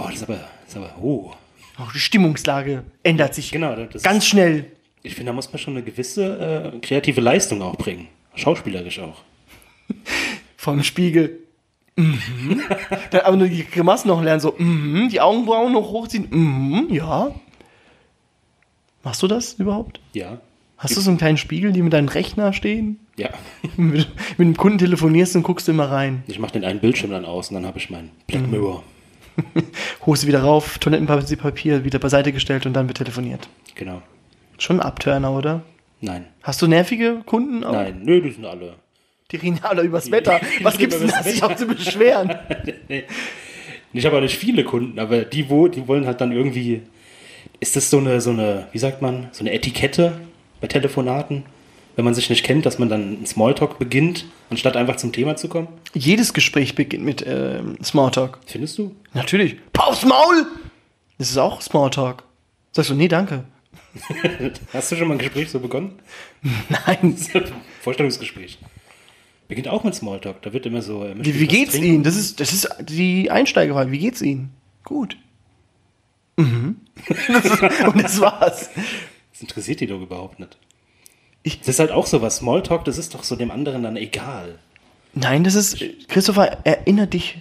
Speaker 3: das ist aber, das ist aber, oh.
Speaker 4: Auch die Stimmungslage ändert sich
Speaker 3: Genau, das
Speaker 4: ganz schnell.
Speaker 3: ich finde, da muss man schon eine gewisse äh, kreative Leistung auch bringen. Schauspielerisch auch.
Speaker 4: Vom Spiegel.
Speaker 3: [laughs]
Speaker 4: Mhm. Dann aber nur die Grimassen noch lernen, so, mhm, die Augenbrauen noch hochziehen, mhm, ja. Machst du das überhaupt?
Speaker 3: Ja.
Speaker 4: Hast du so einen kleinen Spiegel, die mit deinem Rechner stehen?
Speaker 3: Ja.
Speaker 4: Mit, mit dem Kunden telefonierst und guckst immer rein. [laughs]
Speaker 3: Ich mache den einen Bildschirm dann aus und dann habe ich meinen Black
Speaker 4: Mhm.
Speaker 3: Mirror.
Speaker 4: Hose wieder rauf, Toilettenpapier wieder beiseite gestellt und dann wird telefoniert.
Speaker 3: Genau.
Speaker 4: Schon ein Abturner, oder?
Speaker 3: Nein.
Speaker 4: Hast du nervige Kunden? auch?
Speaker 3: Nein. Nö, die sind alle.
Speaker 4: Die reden alle übers Wetter. Was gibt's denn da
Speaker 3: Übers
Speaker 4: sich auch zu beschweren?
Speaker 3: Ich habe auch nicht viele Kunden, aber die, wo, die wollen halt dann irgendwie. Ist das so eine, so eine, wie sagt man, so eine Etikette bei Telefonaten? Wenn man sich nicht kennt, dass man dann einen Smalltalk beginnt, anstatt einfach zum Thema zu kommen?
Speaker 4: Jedes Gespräch beginnt mit ähm, Smalltalk.
Speaker 3: Findest du?
Speaker 4: Natürlich. Paus Maul! Das ist auch Smalltalk. Sagst du, nee, danke. [laughs]
Speaker 3: Hast du schon mal ein Gespräch so begonnen? [laughs]
Speaker 4: Nein.
Speaker 3: Vorstellungsgespräch. Beginnt auch mit Smalltalk. Da wird immer so. äh, möchten
Speaker 4: Wie,
Speaker 3: Sie
Speaker 4: wie
Speaker 3: was
Speaker 4: geht's
Speaker 3: trinken?
Speaker 4: Ihnen? Das ist, das ist die Einsteigerfrage. Wie geht's Ihnen? Gut. Mhm. Und [laughs] das war's.
Speaker 3: Das interessiert die doch überhaupt nicht.
Speaker 4: Ich-
Speaker 3: das ist halt auch sowas. Smalltalk, das ist doch so dem anderen dann egal.
Speaker 4: Nein, das ist. Christopher, erinnere dich.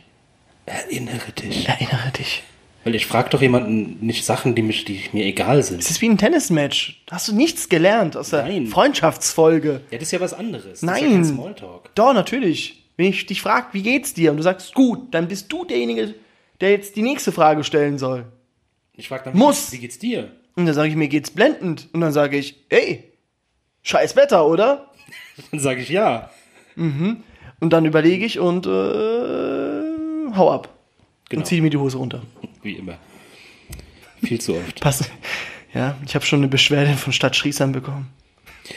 Speaker 3: Erinnere dich.
Speaker 4: Erinnere dich.
Speaker 3: Weil ich frage doch jemanden nicht Sachen, die, mich, die mir egal sind.
Speaker 4: Es ist wie ein Tennismatch. Hast du nichts gelernt aus der
Speaker 3: Nein.
Speaker 4: Freundschaftsfolge?
Speaker 3: Ja, das ist ja was anderes. Das ist ja
Speaker 4: Nein.
Speaker 3: kein Smalltalk.
Speaker 4: Doch, natürlich. Wenn ich dich frage, wie geht's dir? Und du sagst, gut, dann bist du derjenige, der jetzt die nächste Frage stellen soll.
Speaker 3: Ich frage dann,
Speaker 4: Muss.
Speaker 3: wie geht's dir? [laughs]
Speaker 4: Und dann sage ich, mir geht's blendend. Und dann sage ich, ey, scheiß Wetter, oder?
Speaker 3: Dann sage ich ja.
Speaker 4: Und dann überlege ich und äh, hau ab.
Speaker 3: Genau.
Speaker 4: Und ziehe mir die Hose runter.
Speaker 3: Wie immer. Viel zu oft.
Speaker 4: Passt. Ja, ich habe schon eine Beschwerde von Stadt Schriesheim bekommen.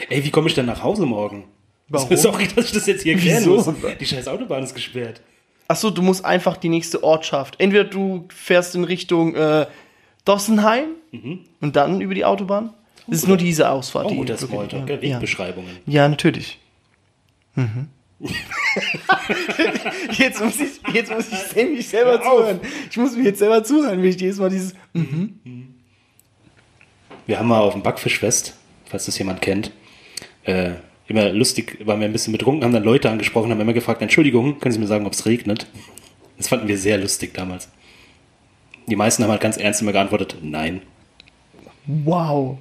Speaker 3: Ey, wie komme ich denn nach Hause morgen?
Speaker 4: Warum?
Speaker 3: [laughs] Sorry, dass ich das jetzt hier erklären
Speaker 4: Wieso?
Speaker 3: muss. Die scheiß Autobahn ist gesperrt.
Speaker 4: Achso, du musst einfach die nächste Ortschaft. Entweder du fährst in Richtung äh, Dossenheim und dann über die Autobahn. Es ist nur diese Ausfahrt.
Speaker 3: Mhm. Oh,
Speaker 4: die
Speaker 3: guter Smalltalk.
Speaker 4: ja.
Speaker 3: gell?
Speaker 4: Ja.
Speaker 3: Wegbeschreibungen.
Speaker 4: ja, natürlich.
Speaker 3: [laughs]
Speaker 4: Mhm. jetzt, muss ich, jetzt muss ich sehen, mich selber
Speaker 3: Hör auf.
Speaker 4: zuhören. Ich muss mir jetzt selber zuhören, wenn ich jedes Mal dieses.
Speaker 3: Wir haben mal auf dem Backfischfest, falls das jemand kennt, äh, immer lustig, waren wir ein bisschen betrunken, haben dann Leute angesprochen, haben immer gefragt, Entschuldigung, können Sie mir sagen, ob es regnet? Das fanden wir sehr lustig damals. Die meisten haben halt ganz ernst immer geantwortet, nein.
Speaker 4: Wow.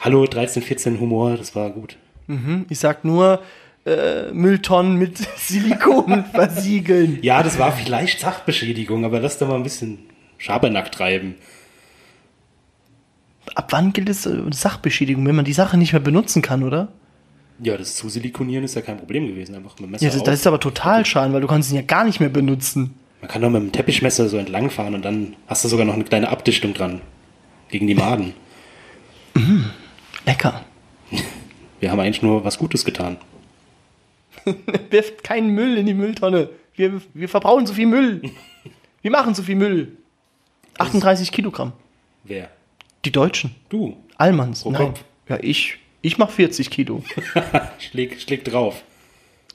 Speaker 3: Hallo, 13, 14 Humor, das war gut.
Speaker 4: Ich sag nur, äh, Mülltonnen mit [laughs] Silikon versiegeln.
Speaker 3: Ja, das war vielleicht Sachbeschädigung, aber lass da mal ein bisschen Schabernack treiben.
Speaker 4: Ab wann gilt es äh, Sachbeschädigung, wenn man die Sache nicht mehr benutzen kann, oder?
Speaker 3: Ja, das Zusilikonieren ist ja kein Problem gewesen, einfach mit dem Messer
Speaker 4: Ja, das,
Speaker 3: auf.
Speaker 4: das ist aber total schade, weil du kannst ihn ja gar nicht mehr benutzen.
Speaker 3: Man kann doch mit dem Teppichmesser so entlangfahren und dann hast du sogar noch eine kleine Abdichtung dran. Gegen die Maden.
Speaker 4: Lecker.
Speaker 3: Wir haben eigentlich nur was Gutes getan.
Speaker 4: [laughs] Wirft keinen Müll in die Mülltonne. Wir, wir verbrauchen so viel [laughs] Müll. Wir machen so viel Müll. 38 Kilogramm.
Speaker 3: Wer?
Speaker 4: Die Deutschen.
Speaker 3: Du. [laughs]
Speaker 4: Allmanns.
Speaker 3: Pro
Speaker 4: Nein.
Speaker 3: Kopf.
Speaker 4: Ja, ich. Ich mach 40 Kilo.
Speaker 3: Schläg, schläg drauf.
Speaker 4: [laughs]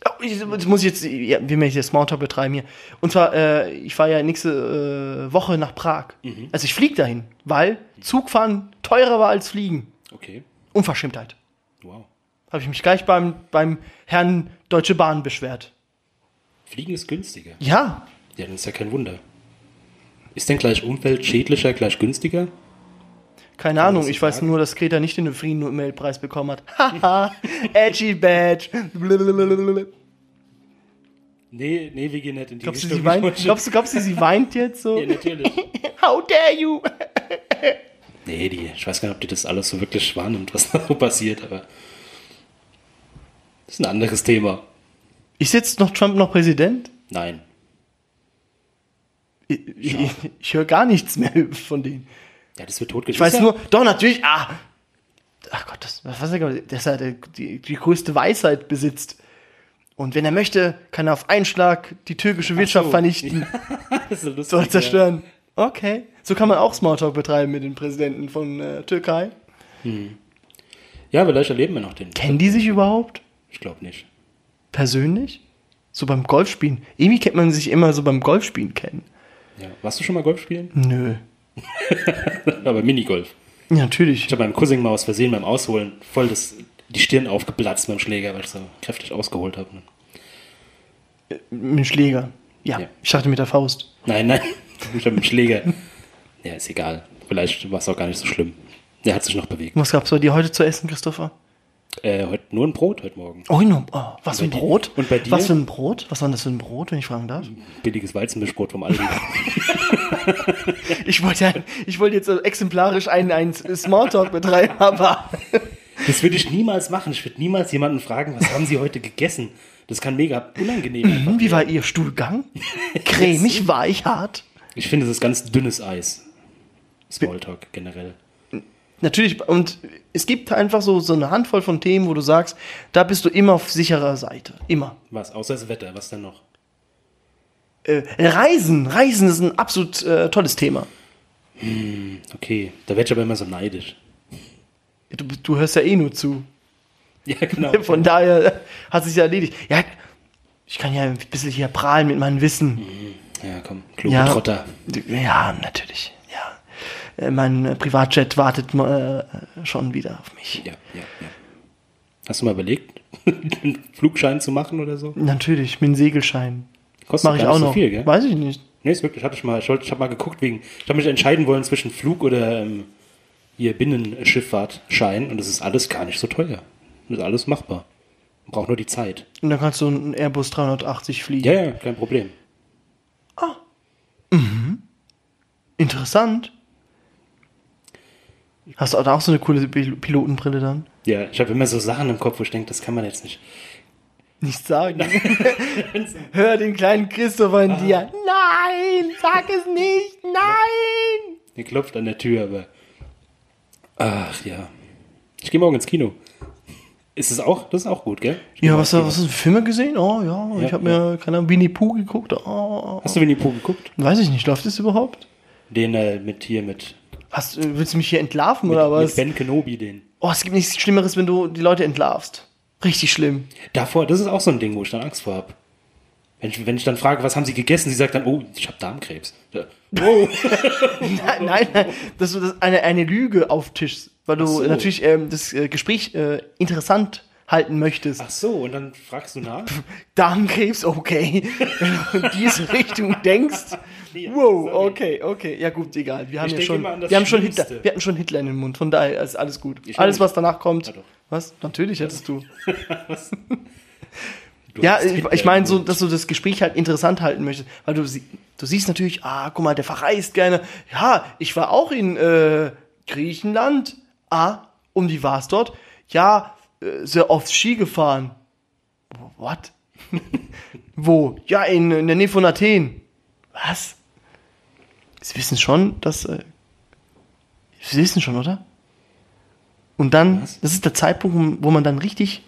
Speaker 4: Oh, ich- Das muss ich jetzt, ja, wir müssen jetzt Smalltalk betreiben hier. Und zwar, äh, ich fahre ja nächste äh, Woche nach Prag. Also ich fliege dahin, weil Zugfahren teurer war als Fliegen.
Speaker 3: Okay.
Speaker 4: Unverschämtheit.
Speaker 3: Wow.
Speaker 4: Habe ich mich gleich beim, beim Herrn Deutsche Bahn beschwert.
Speaker 3: Fliegen ist günstiger.
Speaker 4: Ja,
Speaker 3: Ja, dann ist ja kein Wunder. Ist denn gleich umweltschädlicher gleich günstiger?
Speaker 4: keine Ahnung.
Speaker 3: das
Speaker 4: Ich
Speaker 3: die
Speaker 4: weiß
Speaker 3: Frage?
Speaker 4: nur, dass Greta nicht den Frieden-Nobelpreis bekommen hat. Haha, [laughs] edgy Badge. Blablabla.
Speaker 3: Nee, nee, wir gehen nicht in die
Speaker 4: Glaubst du,
Speaker 3: Richtung.
Speaker 4: sie
Speaker 3: [laughs]
Speaker 4: weint,
Speaker 3: Ich wollte-
Speaker 4: glaubst, du, glaubst du, sie weint jetzt so?
Speaker 3: Ja, natürlich.
Speaker 4: [laughs] How dare you?
Speaker 3: Nee, die, ich weiß gar nicht, ob die das alles so wirklich wahrnimmt, was da so passiert, aber das ist ein anderes Thema.
Speaker 4: Ist jetzt noch Trump noch Präsident?
Speaker 3: Nein.
Speaker 4: Ich, ich, ich höre gar nichts mehr von denen.
Speaker 3: Ja, das wird
Speaker 4: Ich
Speaker 3: totgeschrieben.
Speaker 4: weiß nur, doch natürlich, ah, ach Gott, das, was weiß ich, dass er die, halt, die, die größte Weisheit besitzt. Und wenn er möchte, kann er auf einen Schlag die türkische Wirtschaft
Speaker 3: so.
Speaker 4: vernichten,
Speaker 3: das ist so lustig,
Speaker 4: so zerstören. Okay, so kann man auch Smalltalk betreiben mit den Präsidenten von äh, Türkei.
Speaker 3: Ja. ja, vielleicht erleben wir noch den.
Speaker 4: Kennen die sich überhaupt
Speaker 3: Ich glaube nicht.
Speaker 4: persönlich? So beim Golfspielen. Irgendwie kennt man sich immer so beim Golfspielen kennen.
Speaker 3: Ja. Warst du schon mal Golf spielen?
Speaker 4: Nö.
Speaker 3: aber Minigolf.
Speaker 4: Ja, natürlich.
Speaker 3: Ich habe meinem Cousin mal aus Versehen beim Ausholen voll das, die Stirn aufgeplatzt beim Schläger, weil ich so kräftig ausgeholt habe.
Speaker 4: Mit dem Schläger. Ja,
Speaker 3: Ja.
Speaker 4: ich dachte mit der Faust.
Speaker 3: Nein, [laughs] nein, ich habe einen Schläger. Ja, ist egal. Vielleicht war es auch gar nicht so schlimm. Der hat sich noch bewegt.
Speaker 4: Was gab's bei dir heute zu essen, Christopher?
Speaker 3: Äh, heute nur ein Brot heute Morgen.
Speaker 4: Oh, no. oh was für ein
Speaker 3: bei dir-
Speaker 4: Brot?
Speaker 3: und bei dir?
Speaker 4: Was für ein Brot? Was war denn das für ein Brot, wenn ich fragen darf?
Speaker 3: Billiges Weizenmischbrot vom Aldi.
Speaker 4: Ich wollte, ja- ich wollte jetzt so exemplarisch einen, einen Smalltalk betreiben, aber
Speaker 3: Das würde ich niemals machen. Ich würde niemals jemanden fragen, was haben Sie heute gegessen? Das kann mega unangenehm einfach.
Speaker 4: wie war Ihr
Speaker 3: [laughs]
Speaker 4: Stuhlgang? Cremig, weich, hart?
Speaker 3: Ich finde, es ist ganz dünnes Eis. Smalltalk generell.
Speaker 4: Natürlich, und es gibt einfach so, so eine Handvoll von Themen, wo du sagst, da bist du immer auf sicherer Seite. Immer.
Speaker 3: Was? Außer das Wetter. Was denn noch?
Speaker 4: Äh, Reisen, Reisen ist ein absolut äh, tolles Thema.
Speaker 3: Okay, da werde ich aber immer so neidisch. [laughs]
Speaker 4: Du, du hörst ja eh nur zu.
Speaker 3: Ja, genau.
Speaker 4: Von daher hat sich ja erledigt. Ja, ich kann ja ein bisschen hier prahlen mit meinem Wissen.
Speaker 3: Ja, komm. Kluge
Speaker 4: Ja,
Speaker 3: Trotter.
Speaker 4: ja natürlich. Ja. Äh, Mein äh, Privatjet wartet äh, schon wieder auf mich.
Speaker 3: Ja, ja, ja. Hast du mal überlegt, [laughs] einen Flugschein zu machen oder so?
Speaker 4: Natürlich, mit dem Segelschein.
Speaker 3: Kostet
Speaker 4: Mache ich
Speaker 3: gar nicht
Speaker 4: auch
Speaker 3: so
Speaker 4: noch.
Speaker 3: viel, gell?
Speaker 4: Weiß ich nicht.
Speaker 3: Nee, ist wirklich, hatte ich mal, ich, wollte- ich habe mal geguckt wegen, ich habe mich entscheiden wollen zwischen Flug oder ähm, hier Binnenschifffahrtschein und das ist alles gar nicht so teuer. Das ist alles machbar. Man braucht nur die Zeit.
Speaker 4: Und dann kannst du einen Airbus 380 fliegen.
Speaker 3: Ja, ja, kein Problem.
Speaker 4: Interessant. Hast du da auch so eine coole Pil- Pilotenbrille dann?
Speaker 3: Ja, ich habe immer so Sachen im Kopf, wo ich denke, das kann man jetzt [laughs] nicht.
Speaker 4: Nicht sagen. [laughs] Hör den kleinen Christopher in dir.
Speaker 3: Ah.
Speaker 4: Nein, sag es nicht. Nein.
Speaker 3: Mir klopft an der Tür, aber. Ach ja. Ich gehe morgen ins Kino. Ist es auch? Das ist auch gut, gell? Ich geh
Speaker 4: Ja,
Speaker 3: morgen
Speaker 4: was,
Speaker 3: ins Kino.
Speaker 4: was hast du für Filme gesehen? Oh ja, ich
Speaker 3: Ja,
Speaker 4: habe mir, keine Ahnung, Winnie Pooh geguckt. Oh,
Speaker 3: Hast du Winnie Pooh geguckt?
Speaker 4: weiß ich nicht, läuft das überhaupt?
Speaker 3: Den äh, mit hier mit,
Speaker 4: Hast, äh, willst du mich hier entlarven
Speaker 3: mit,
Speaker 4: oder
Speaker 3: mit
Speaker 4: was?
Speaker 3: Ben Kenobi den.
Speaker 4: Oh, es gibt nichts Schlimmeres, wenn du die Leute entlarvst. Richtig schlimm.
Speaker 3: Davor, das ist auch so ein Ding, wo ich dann Angst vor habe. Wenn ich, wenn ich dann frage, was haben sie gegessen, sie sagt dann, oh, ich habe Darmkrebs. Ja. Oh,
Speaker 4: Nein, nein, nein dass du das eine, eine Lüge auftischst, weil du
Speaker 3: Ach so.
Speaker 4: natürlich ähm, das äh, Gespräch äh, interessant halten möchtest.
Speaker 3: ach so, und dann fragst du nach.
Speaker 4: Darmkrebs,
Speaker 3: [laughs]
Speaker 4: okay. Wenn du in diese Richtung denkst.
Speaker 3: Nee,
Speaker 4: Wow,
Speaker 3: sorry.
Speaker 4: okay, okay. Ja gut, egal. Wir haben ja
Speaker 3: denke
Speaker 4: schon,
Speaker 3: immer an das
Speaker 4: wir haben schon
Speaker 3: Schlimmste.
Speaker 4: Hitler, wir hatten schon Hitler in den Mund, von daher ist alles gut.
Speaker 3: Ich
Speaker 4: alles,
Speaker 3: auch nicht.
Speaker 4: was danach kommt.
Speaker 3: Ja, doch.
Speaker 4: was? Natürlich hättest du.
Speaker 3: Du
Speaker 4: [laughs] Ja,
Speaker 3: hast
Speaker 4: ich,
Speaker 3: Kinder
Speaker 4: ich meine
Speaker 3: im
Speaker 4: so,
Speaker 3: Mund.
Speaker 4: dass du das Gespräch halt interessant halten möchtest, weil du, sie- du siehst natürlich, ah, guck mal, der verreist gerne. Ja, ich war auch in äh, Griechenland. Ah, um die war's dort. Ja, äh, sehr oft Ski gefahren. What? [laughs] Wo? Ja, in, in der Nähe von Athen. Was? Sie wissen schon, dass. Äh, Sie wissen schon, oder? Und dann,
Speaker 3: Was?
Speaker 4: das ist der Zeitpunkt, wo man dann richtig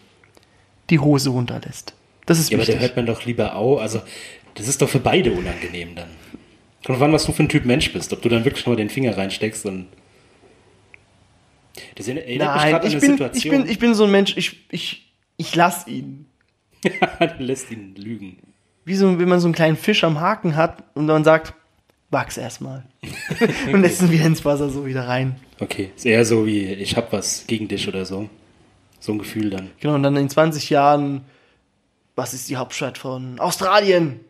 Speaker 4: die Hose runterlässt. Das ist
Speaker 3: Ja, aber da
Speaker 4: wichtig.
Speaker 3: hört man doch lieber au. Also, das ist doch für beide unangenehm dann. Kommt drauf an, was du für ein Typ Mensch bist. Ob du dann wirklich nur den Finger reinsteckst und. Das erinnert mich gerade
Speaker 4: Nein,
Speaker 3: an
Speaker 4: ich
Speaker 3: eine
Speaker 4: bin, ich,
Speaker 3: Situation.
Speaker 4: bin, ich bin so ein Mensch, ich, ich, ich lass ihn.
Speaker 3: du [laughs] lässt ihn lügen.
Speaker 4: Wie so, wenn man so einen kleinen Fisch am Haken hat und dann sagt, wachs erstmal.
Speaker 3: [laughs]
Speaker 4: und lässt ihn wieder ins Wasser so wieder rein.
Speaker 3: Okay, ist eher so wie, ich hab was gegen dich oder so. So ein Gefühl dann.
Speaker 4: Genau, und dann in 20 Jahren, was ist die Hauptstadt von Australien?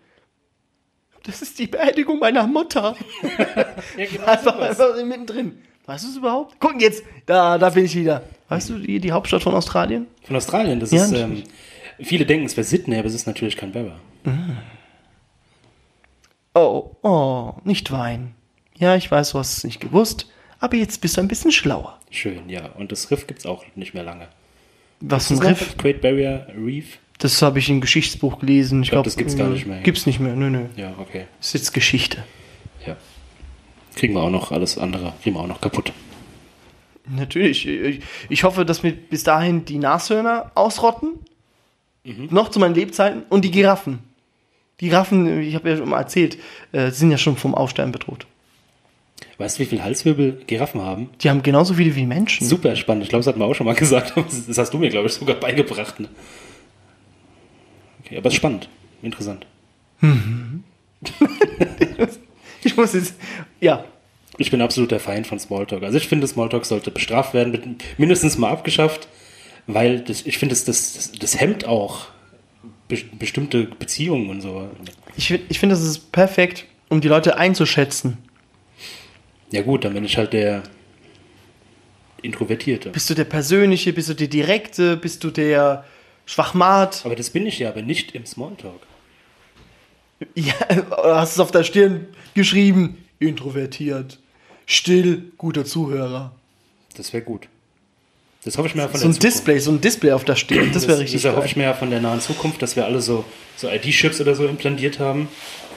Speaker 4: Das ist die Beerdigung meiner Mutter.
Speaker 3: Ja, genau
Speaker 4: Einfach, einfach mittendrin. Weißt du es überhaupt? Gucken jetzt, da, da bin ich wieder. Weißt du die, die Hauptstadt von Australien?
Speaker 3: Von Australien, das
Speaker 4: Ja,
Speaker 3: ist. Ähm,
Speaker 4: natürlich.
Speaker 3: viele denken, es wäre Sydney, aber es ist natürlich Canberra.
Speaker 4: Oh, oh, nicht weinen. Ja, ich weiß, du hast es nicht gewusst, aber jetzt bist du ein bisschen schlauer.
Speaker 3: Schön, ja. Und das Riff gibt es auch nicht mehr lange.
Speaker 4: Was ein Riff?
Speaker 3: Great Barrier Reef.
Speaker 4: Das habe ich in einem Geschichtsbuch gelesen. Ich
Speaker 3: glaub,
Speaker 4: glaube,
Speaker 3: das gibt's gar nicht mehr.
Speaker 4: Gibt's nicht mehr, nö, nö.
Speaker 3: Ja, okay.
Speaker 4: Ist jetzt Geschichte.
Speaker 3: Ja. Kriegen wir auch noch alles andere, kriegen wir auch noch kaputt.
Speaker 4: Natürlich. Ich, ich hoffe, dass wir bis dahin die Nashörner ausrotten.
Speaker 3: Mhm.
Speaker 4: Noch zu meinen Lebzeiten. Und die Giraffen. Die Giraffen, ich habe ja schon mal erzählt, äh, sind ja schon vom Aussterben bedroht.
Speaker 3: Weißt du, wie viel Halswirbel Giraffen haben?
Speaker 4: Die haben genauso viele wie Menschen.
Speaker 3: Super spannend. Ich glaube, das hatten wir auch schon mal [laughs] gesagt. aber Das hast du mir, glaube ich, sogar beigebracht. Ne? Okay, aber es ist spannend. Interessant.
Speaker 4: Ich muss jetzt. Ja.
Speaker 3: Ich bin absoluter Feind von Smalltalk. Also ich finde, Smalltalk sollte bestraft werden, mit, mindestens mal abgeschafft, weil das, ich finde, das, das, das, das hemmt auch be bestimmte Beziehungen und so.
Speaker 4: Ich, find- ich finde, das ist perfekt, um die Leute einzuschätzen.
Speaker 3: Ja gut, dann bin ich halt der Introvertierte.
Speaker 4: Bist du der Persönliche? Bist du der Direkte? Bist du der Schwachmat?
Speaker 3: Aber das bin ich ja, aber nicht im Smalltalk.
Speaker 4: Ja, oder hast du es auf der Stirn geschrieben? Introvertiert. Still, guter Zuhörer.
Speaker 3: Das wäre gut. Das hoffe ich mir ja von
Speaker 4: So ein
Speaker 3: der Zukunft.
Speaker 4: Display, so ein Display auf der Stirn. Das wäre richtig.
Speaker 3: Das erhoffe
Speaker 4: geil.
Speaker 3: ich mir ja von der nahen Zukunft, dass wir alle so, so ID-Chips oder so implantiert haben.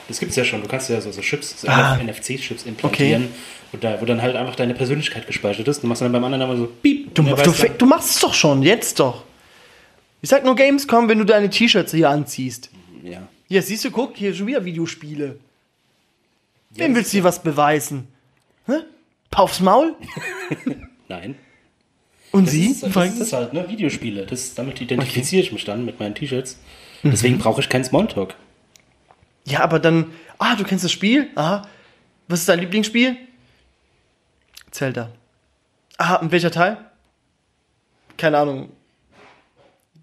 Speaker 3: Das gibt es ja schon. Du kannst ja so, so Chips, so
Speaker 4: Ah.
Speaker 3: NFC-Chips implantieren. Und da, wo dann halt einfach deine Persönlichkeit gespeichert ist. Du machst dann beim anderen aber so piep.
Speaker 4: Du,
Speaker 3: und er weiß
Speaker 4: du,
Speaker 3: dann-
Speaker 4: du machst es doch schon, jetzt doch. Ich sag nur Gamescom, wenn du deine T-Shirts hier anziehst.
Speaker 3: ja.
Speaker 4: Ja, siehst du, guck, hier schon wieder Videospiele. Wem willst du dir was beweisen? Hä? Paufs Maul?
Speaker 3: Nein.
Speaker 4: Und
Speaker 3: Das
Speaker 4: sie?
Speaker 3: Ist, das
Speaker 4: Fragen-
Speaker 3: ist es halt, ne? Videospiele. Das, damit identifiziere ich mich dann mit meinen T-Shirts.
Speaker 4: Mhm.
Speaker 3: Deswegen brauche ich keinen Smalltalk.
Speaker 4: Ja, aber dann. Ah, du kennst das Spiel? Aha. Was ist dein Lieblingsspiel? Zelda. Ah, und welcher Teil? Keine Ahnung.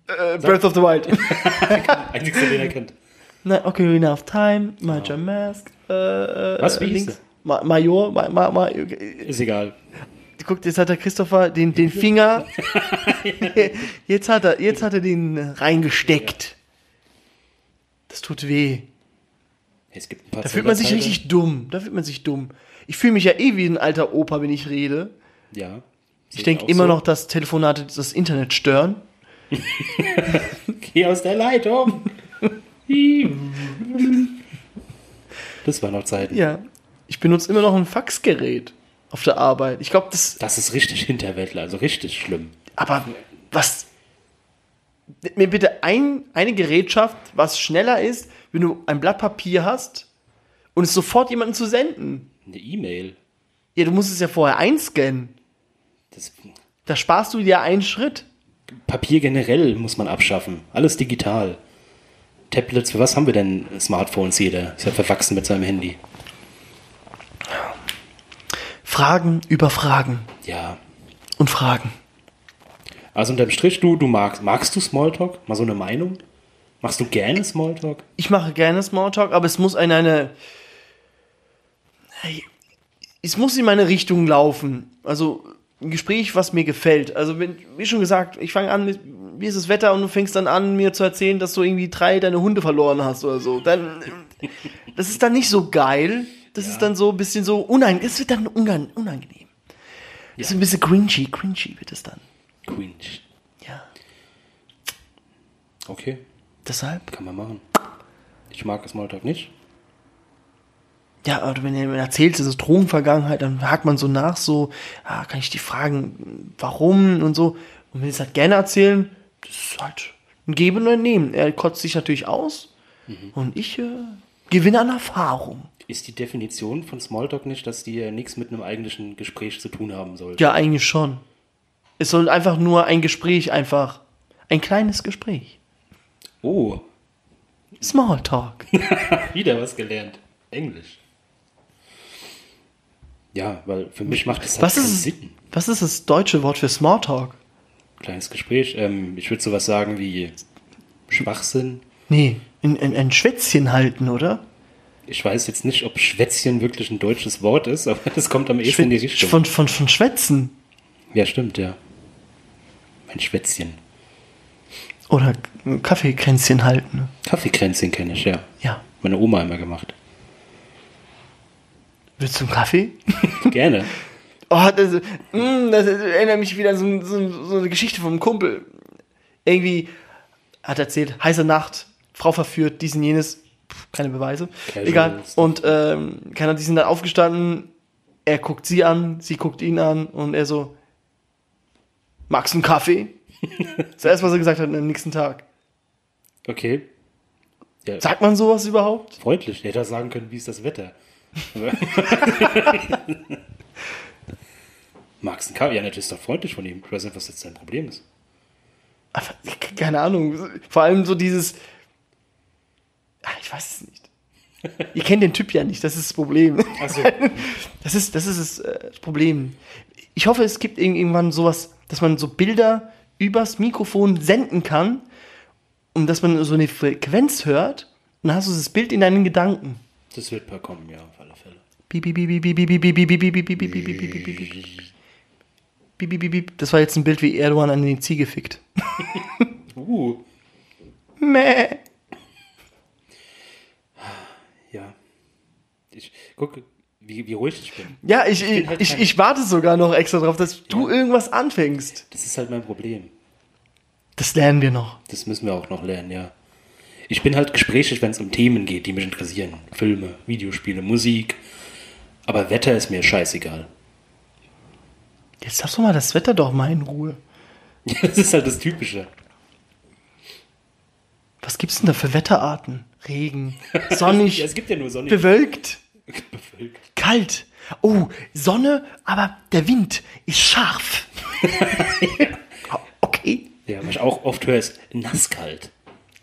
Speaker 4: Äh, Breath of the Wild. [laughs]
Speaker 3: Einziges, den er kennt.
Speaker 4: Nein, Ocarina of Time, Major Mask, äh, äh,
Speaker 3: Was, wie
Speaker 4: äh,
Speaker 3: hieß
Speaker 4: links.
Speaker 3: der?
Speaker 4: Ma Major, ma, ma, ma, äh,
Speaker 3: Ist egal.
Speaker 4: guckt, jetzt hat der Christopher den, den
Speaker 3: [laughs]
Speaker 4: Finger, jetzt hat er, jetzt hat er den äh, reingesteckt. Das tut weh.
Speaker 3: Es gibt ein paar
Speaker 4: Da fühlt man sich
Speaker 3: Zelda-Teile.
Speaker 4: richtig dumm, da fühlt man sich dumm. Ich fühle mich ja eh wie ein alter Opa, wenn ich rede.
Speaker 3: Ja.
Speaker 4: Ich denke immer noch, dass Telefonate das Internet stören.
Speaker 3: Geh aus der Leitung. das war noch Zeiten.
Speaker 4: Ja, ich benutze immer noch ein Faxgerät auf der Arbeit. Ich glaube, das
Speaker 3: Das ist richtig Hinterwäldler, also richtig schlimm.
Speaker 4: Aber was? Mir bitte ein, eine Gerätschaft, was schneller ist, wenn du ein Blatt Papier hast und es sofort jemandem zu senden.
Speaker 3: Eine E-Mail.
Speaker 4: Ja, du musst es ja vorher einscannen.
Speaker 3: Das
Speaker 4: Da sparst du dir einen Schritt.
Speaker 3: Papier generell muss man abschaffen. Alles digital. Tablets, für was haben wir denn Smartphones jeder? Ist ja verwachsen mit seinem Handy.
Speaker 4: Fragen über Fragen
Speaker 3: Ja.
Speaker 4: und Fragen.
Speaker 3: Also unterm Strich, du, du magst, magst du Smalltalk? Mal so eine Meinung? Machst du gerne Smalltalk?
Speaker 4: Ich mache gerne Smalltalk, aber es muss in eine. Es muss in meine Richtung laufen. Also ein Gespräch, was mir gefällt. Also, wenn, wie schon gesagt, ich fange an mit, wie ist das Wetter und du fängst dann an, mir zu erzählen, dass du irgendwie drei deine Hunde verloren hast oder so. Dann, das ist dann nicht so geil. Das ist dann so ein bisschen so unangenehm. Es wird dann unang unangenehm. Das ist ein bisschen cringy, cringy wird es dann.
Speaker 3: Cringe.
Speaker 4: Ja.
Speaker 3: Okay,
Speaker 4: Deshalb.
Speaker 3: kann man machen. Ich mag Smalltalk nicht.
Speaker 4: Ja, aber wenn er erzählt, das ist Drogenvergangenheit, dann hakt man so nach, so, ah, kann ich die fragen, warum und so. Und wenn sie es halt gerne erzählen, das ist halt ein Geben und ein Nehmen. Er kotzt sich natürlich aus und ich äh, gewinne an Erfahrung.
Speaker 3: Ist die Definition von Smalltalk nicht, dass die ja nichts mit einem eigentlichen Gespräch zu tun haben soll?
Speaker 4: Ja, eigentlich schon. Es soll einfach nur ein Gespräch, einfach ein kleines Gespräch.
Speaker 3: Oh,
Speaker 4: Smalltalk.
Speaker 3: [laughs] wieder was gelernt. Englisch. Ja, weil für mich macht das halt
Speaker 4: Was
Speaker 3: keinen
Speaker 4: ist,
Speaker 3: Sinn.
Speaker 4: was ist das deutsche Wort für Smalltalk?
Speaker 3: kleines Gespräch. Ähm, ich würde sowas sagen wie Schwachsinn.
Speaker 4: Nee, ein, ein, ein Schwätzchen halten, oder?
Speaker 3: Ich weiß jetzt nicht, ob Schwätzchen wirklich ein deutsches Wort ist, aber das kommt am ehesten in die
Speaker 4: Schwä-
Speaker 3: Richtung.
Speaker 4: Von, von, von Schwätzen.
Speaker 3: Ja, stimmt, ja. Mein Schwätzchen.
Speaker 4: Oder Kaffeekränzchen halten.
Speaker 3: Kaffeekränzchen kenne ich, ja.
Speaker 4: Ja.
Speaker 3: Meine Oma immer gemacht.
Speaker 4: Willst du einen Kaffee?
Speaker 3: Gerne.
Speaker 4: [laughs] Oh, das, mm, das erinnert mich wieder an so, ein- so, ein- so eine Geschichte vom Kumpel. Irgendwie hat er erzählt, heiße Nacht, Frau verführt, dies und jenes, Pff, keine Beweise,
Speaker 3: Casual
Speaker 4: egal.
Speaker 3: stuff.
Speaker 4: Und ähm, keiner, die sind dann aufgestanden, er guckt sie an, sie guckt ihn an und er so, magst du einen Kaffee? Zuerst, was er gesagt hat, und am nächsten Tag.
Speaker 3: Okay. Ja,
Speaker 4: Sagt man sowas überhaupt?
Speaker 3: freundlich. Ich hätte auch sagen können, wie ist das Wetter? Aber- Magst du einen Kaffee? Ja, natürlich ist doch freundlich von ihm. Ich weiß nicht, was jetzt dein Problem ist.
Speaker 4: Aber, keine Ahnung. Vor allem so dieses. Ah, Ich weiß es nicht. Ihr kennt den Typ ja nicht, das ist das Problem.
Speaker 3: Also,
Speaker 4: Das ist das, ist das, äh, das Problem. Ich hoffe, es gibt irg- irgendwann sowas, dass man so Bilder übers Mikrofon senden kann und dass man so eine Frequenz hört und dann hast du das Bild in deinen Gedanken.
Speaker 3: das wird per kommen, ja, auf alle Fälle.
Speaker 4: Piep, piep, piep, piep, piep, piep, piep, piep, piep, piep, piep, piep, piep, piep, piep, piep, piep. Piep, piep, piep, piep. Das war jetzt ein Bild, wie Erdogan an die Ziege fickt.
Speaker 3: Uh,
Speaker 4: Mäh.
Speaker 3: ja. Ich gucke, wie, wie ruhig ich bin.
Speaker 4: Ja, ich, ich,
Speaker 3: bin halt
Speaker 4: ich,
Speaker 3: kein-
Speaker 4: ich warte sogar noch extra drauf, dass du irgendwas anfängst.
Speaker 3: Das ist halt mein Problem.
Speaker 4: Das lernen wir noch.
Speaker 3: Das müssen wir auch noch lernen, ja. Ich bin halt gesprächig, wenn es um Themen geht, die mich interessieren. Filme, Videospiele, Musik. Aber Wetter ist mir scheißegal. [laughs]
Speaker 4: Jetzt lass doch mal das Wetter doch mal in Ruhe.
Speaker 3: Das ist halt das Typische.
Speaker 4: Was gibt's denn da für Wetterarten? [laughs] Regen, sonnig,
Speaker 3: Ja, es gibt ja nur Sonne.
Speaker 4: bewölkt, kalt. Oh, Sonne, aber der Wind ist [laughs] scharf. Ah, okay,
Speaker 3: Ja, was ich auch oft höre, ist nasskalt.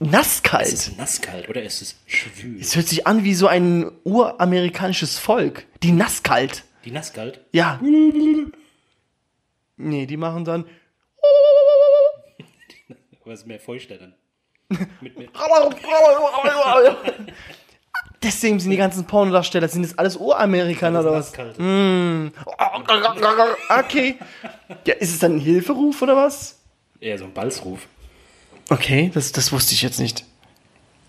Speaker 3: Es
Speaker 4: nasskalt.
Speaker 3: ist nasskalt oder es ist schwül.
Speaker 4: Es hört sich an wie so ein uramerikanisches Volk. Die nasskalt.
Speaker 3: Die nasskalt?
Speaker 4: [laughs] Ja. Nee, die machen dann.
Speaker 3: Aber es ist mehr feuchter dann. Mit, mit,
Speaker 4: Deswegen sind die ganzen Pornodarsteller, sind das alles Uramerikaner oder was?
Speaker 3: nasskalt.
Speaker 4: Okay. Ja, ist es dann ein Hilferuf oder was?
Speaker 3: Eher so ein Balzruf.
Speaker 4: Okay, das, das wusste ich jetzt nicht.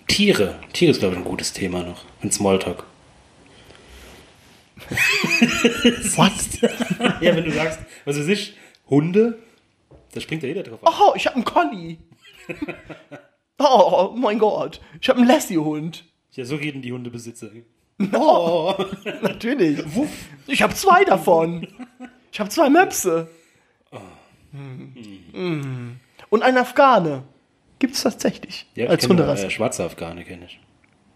Speaker 3: Tiere. Tiere ist, glaube ich, ein gutes Thema noch. In Smalltalk.
Speaker 4: [laughs] What?
Speaker 3: [laughs] Ja, wenn du sagst, was weiß ich, Hunde, da springt ja jeder drauf an.
Speaker 4: Oh, ich habe einen Collie. Oh, mein Gott. Ich habe einen Lassie-Hund.
Speaker 3: Ja, so reden die Hundebesitzer.
Speaker 4: Oh, natürlich. Ich habe zwei davon. Ich habe zwei Möpse. Mm. Und einen Afghane. Gibt's tatsächlich.
Speaker 3: Ja,
Speaker 4: als
Speaker 3: ich kenne nur,
Speaker 4: Hunderasse.
Speaker 3: äh, schwarze Afghane kenne ich.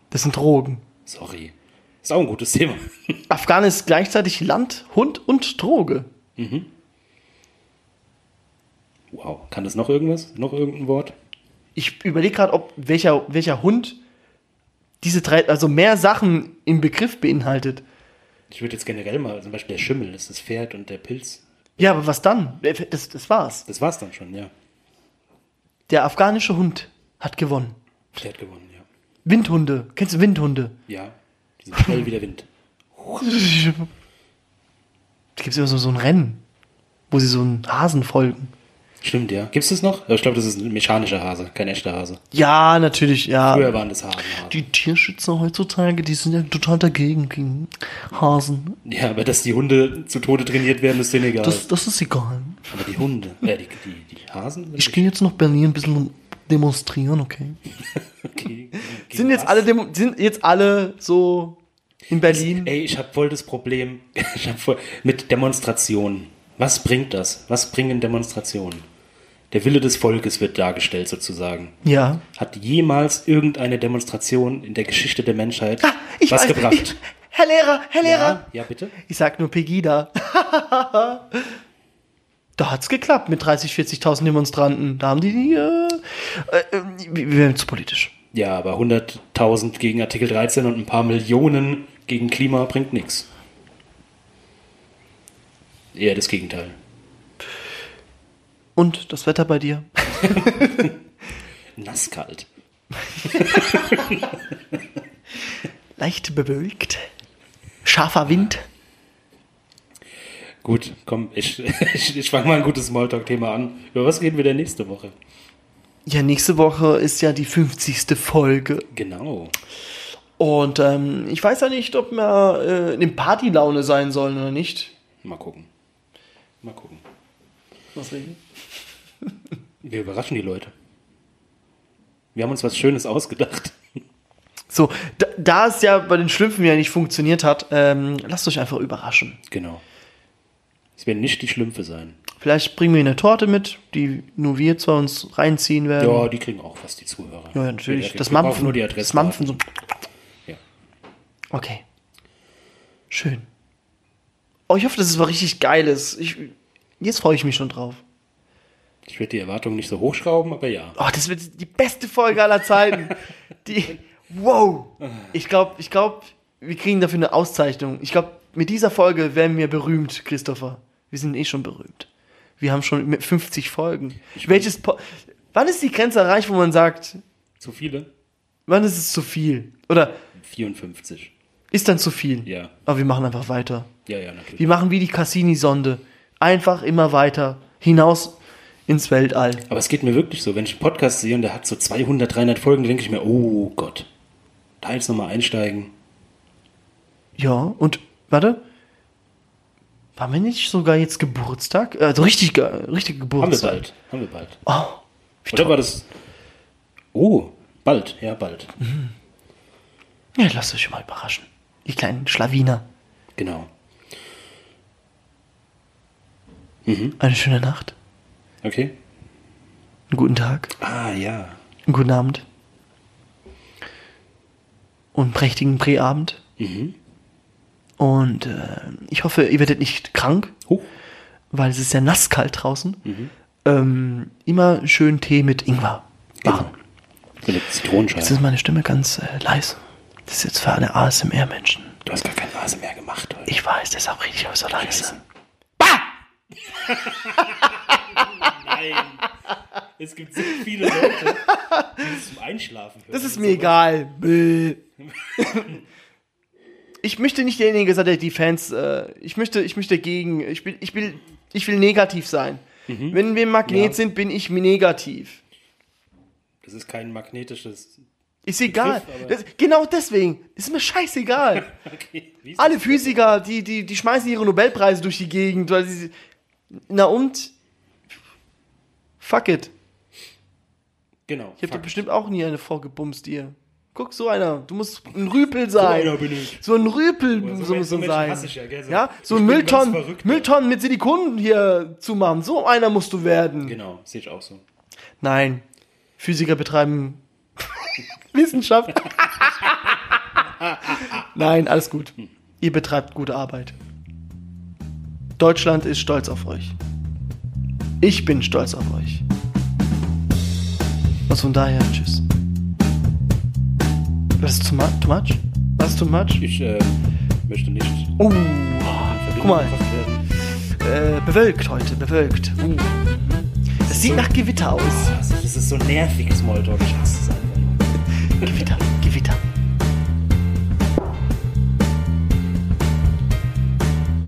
Speaker 4: Das sind Drogen.
Speaker 3: Sorry. Ist auch ein gutes Thema.
Speaker 4: Afghan ist gleichzeitig Land, Hund und Droge.
Speaker 3: Wow. Kann das noch irgendwas? Noch irgendein Wort?
Speaker 4: Ich überlege gerade, ob welcher, welcher Hund diese drei, also mehr Sachen im Begriff beinhaltet.
Speaker 3: Ich würde jetzt generell mal, zum Beispiel der Schimmel ist das Pferd und der Pilz.
Speaker 4: Ja, aber was dann? Das, das war's.
Speaker 3: Das war's dann schon, ja.
Speaker 4: Der afghanische Hund hat gewonnen.
Speaker 3: Der hat gewonnen, ja.
Speaker 4: Windhunde. Kennst du Windhunde?
Speaker 3: Ja. Die sind schnell wie der Wind.
Speaker 4: Da gibt es immer so, so ein Rennen, wo sie so einen Hasen folgen.
Speaker 3: Stimmt, ja. Gibt's das noch? Aber Ich glaube, das ist ein mechanischer Hase, kein echter Hase.
Speaker 4: Ja, natürlich, ja.
Speaker 3: Früher waren das Hasen. Hasen.
Speaker 4: Die Tierschützer heutzutage, die sind ja total dagegen gegen Hasen.
Speaker 3: Ja, aber dass die Hunde zu Tode trainiert werden, ist denen egal.
Speaker 4: Das, das ist egal.
Speaker 3: aber die Hunde, äh, die, die, die Hasen?
Speaker 4: Ich gehe jetzt nach Berlin ein bisschen demonstrieren, okay?
Speaker 3: Okay.
Speaker 4: Sind jetzt,
Speaker 3: Was?
Speaker 4: alle Demo sind jetzt alle so in Berlin?
Speaker 3: Ey, ich habe voll das Problem [laughs] ich hab voll, mit Demonstrationen. Was bringt das? Was bringen Demonstrationen? Der Wille des Volkes wird dargestellt sozusagen.
Speaker 4: Ja.
Speaker 3: Hat jemals irgendeine Demonstration in der Geschichte der Menschheit
Speaker 4: Ah, ich
Speaker 3: was
Speaker 4: weiß,
Speaker 3: gebracht?
Speaker 4: Ich, Herr Lehrer, Herr Lehrer!
Speaker 3: ja, ja, bitte?
Speaker 4: Ich sag nur Pegida. [laughs] da hat's geklappt mit 30, 40.000 Demonstranten. Da haben die die. Äh, äh, wir wir werden zu politisch.
Speaker 3: Ja, aber 100.000 gegen Artikel 13 und ein paar Millionen gegen Klima bringt nichts. Eher das Gegenteil.
Speaker 4: Und das Wetter bei dir?
Speaker 3: Nasskalt.
Speaker 4: Leicht bewölkt. Scharfer Wind.
Speaker 3: Gut, komm, ich, [laughs] ich, ich fange mal ein gutes Smalltalk-Thema an. Über was reden wir denn nächste Woche?
Speaker 4: Ja, nächste Woche ist ja die 50. Folge.
Speaker 3: Genau.
Speaker 4: Und ähm, ich weiß ja nicht, ob wir äh, in Partylaune sein sollen oder nicht.
Speaker 3: Mal gucken. Mal gucken.
Speaker 4: Deswegen.
Speaker 3: Wir überraschen die Leute. Wir haben uns was Schönes ausgedacht.
Speaker 4: So, da, da es ja bei den Schlümpfen ja nicht funktioniert hat, ähm, lasst euch einfach überraschen.
Speaker 3: Genau. Es werden nicht die Schlümpfe sein.
Speaker 4: Vielleicht bringen wir eine Torte mit, die nur wir zwei uns reinziehen werden.
Speaker 3: Ja, die kriegen auch was, die Zuhörer.
Speaker 4: Ähm. Ja, natürlich.
Speaker 3: Wir-
Speaker 4: Das
Speaker 3: wir brauchen
Speaker 4: Mampfen.
Speaker 3: Nur die
Speaker 4: das
Speaker 3: Adresse.
Speaker 4: Mampfen so.
Speaker 3: Ja.
Speaker 4: Okay. Schön. Oh, ich hoffe, dass es mal richtig geil ist. Ich, jetzt freue ich mich schon drauf.
Speaker 3: Ich werde die Erwartungen nicht so hochschrauben, aber ja.
Speaker 4: Oh, das wird die beste Folge aller Zeiten. Die, wow. Ich glaube, ich glaub, wir kriegen dafür eine Auszeichnung. Ich glaube, mit dieser Folge werden wir berühmt, Christopher. Wir sind eh schon berühmt. Wir haben schon mit 50 Folgen. Welches po Wann ist die Grenze erreicht, wo man sagt,
Speaker 3: Zu viele?
Speaker 4: wann ist es zu viel? Oder
Speaker 3: 54.
Speaker 4: ist dann zu viel?
Speaker 3: Ja.
Speaker 4: Aber wir machen einfach weiter.
Speaker 3: Ja, ja, natürlich.
Speaker 4: Wir machen wie die Cassini-Sonde. Einfach immer weiter. Hinaus ins Weltall.
Speaker 3: Aber es geht mir wirklich so, wenn ich einen Podcast sehe und der hat so 200, 300 Folgen, dann denke ich mir, oh Gott, da jetzt nochmal einsteigen.
Speaker 4: Ja, und warte. War mir nicht sogar jetzt Geburtstag? Also richtig, ge- richtig
Speaker 3: Haben wir
Speaker 4: Geburtstag.
Speaker 3: bald, haben wir bald.
Speaker 4: Oh,
Speaker 3: Oder war das... Oh, bald, ja, bald.
Speaker 4: ja, lasst euch mal überraschen. Die kleinen Schlawiner.
Speaker 3: Genau.
Speaker 4: Eine schöne Nacht,
Speaker 3: Okay.
Speaker 4: einen guten Tag,
Speaker 3: Ah, ja.
Speaker 4: einen guten Abend. Und einen prächtigen Präabend.
Speaker 3: Mhm.
Speaker 4: Und äh, ich hoffe, ihr werdet nicht krank,
Speaker 3: Huch.
Speaker 4: weil es ist ja nasskalt draußen.
Speaker 3: Mhm.
Speaker 4: Ähm, immer schön Tee mit Ingwer.
Speaker 3: Genau. So eine
Speaker 4: Jetzt ist
Speaker 3: Zitronenscheibe.
Speaker 4: meine Stimme ganz äh, leise. Das ist jetzt für alle ASMR-Menschen.
Speaker 3: Du hast gar keine Nase mehr gemacht heute.
Speaker 4: Ich weiß, deshalb rede ich auch so leise.
Speaker 3: Nein. [laughs] Es gibt so viele Leute, die es zum Einschlafen hören.
Speaker 4: Das
Speaker 3: Also,
Speaker 4: ist mir egal. Bäh. Ich möchte nicht derjenige sein, der die Fans. Äh, ich möchte, ich möchte gegen. Ich will, ich will, ich will negativ sein. Wenn wir Magnet
Speaker 3: Ja.
Speaker 4: sind, bin ich negativ.
Speaker 3: Das ist kein magnetisches.
Speaker 4: Ist egal.
Speaker 3: Begriff, aber-
Speaker 4: Das, genau deswegen. Ist mir scheißegal.
Speaker 3: Okay. Wie ist
Speaker 4: Alle Physiker, die, die, die schmeißen ihre Nobelpreise durch die Gegend, weil sie. Na und? Fuck it.
Speaker 3: Genau.
Speaker 4: Ich hab doch
Speaker 3: Fuck.
Speaker 4: bestimmt auch nie eine Frau gebumst, dir. Guck, so einer. Du musst ein Rüpel
Speaker 3: So
Speaker 4: sein.
Speaker 3: einer bin ich.
Speaker 4: So ein Rüpel
Speaker 3: Oder so
Speaker 4: so,
Speaker 3: Menschen-
Speaker 4: muss so
Speaker 3: Menschen
Speaker 4: sein.
Speaker 3: hasse ich ja, gell, so.
Speaker 4: ja, so
Speaker 3: Ich
Speaker 4: ein
Speaker 3: bin ganz
Speaker 4: Mülltonnen,
Speaker 3: verrückt, ja.
Speaker 4: Mülltonnen mit Silikonen hier zu machen. So einer musst du werden.
Speaker 3: Genau, sehe ich auch so.
Speaker 4: Nein, Physiker betreiben [laughs] Wissenschaft. Nein, alles gut. Ihr betreibt gute Arbeit. Deutschland ist stolz auf euch. Ich bin stolz auf euch. Und von daher, tschüss. Was ist too much? Too much? Was ist too much?
Speaker 3: Ich äh, möchte nicht. in
Speaker 4: Oh.
Speaker 3: Verbindung
Speaker 4: Guck mal.
Speaker 3: gebracht werden.
Speaker 4: äh, bewölkt heute, bewölkt. Uh. Es sieht nach Gewitter aus.
Speaker 3: Das ist so nervig, Smalltalk. Ich hasse es einfach.
Speaker 4: Gewitter, Gewitter.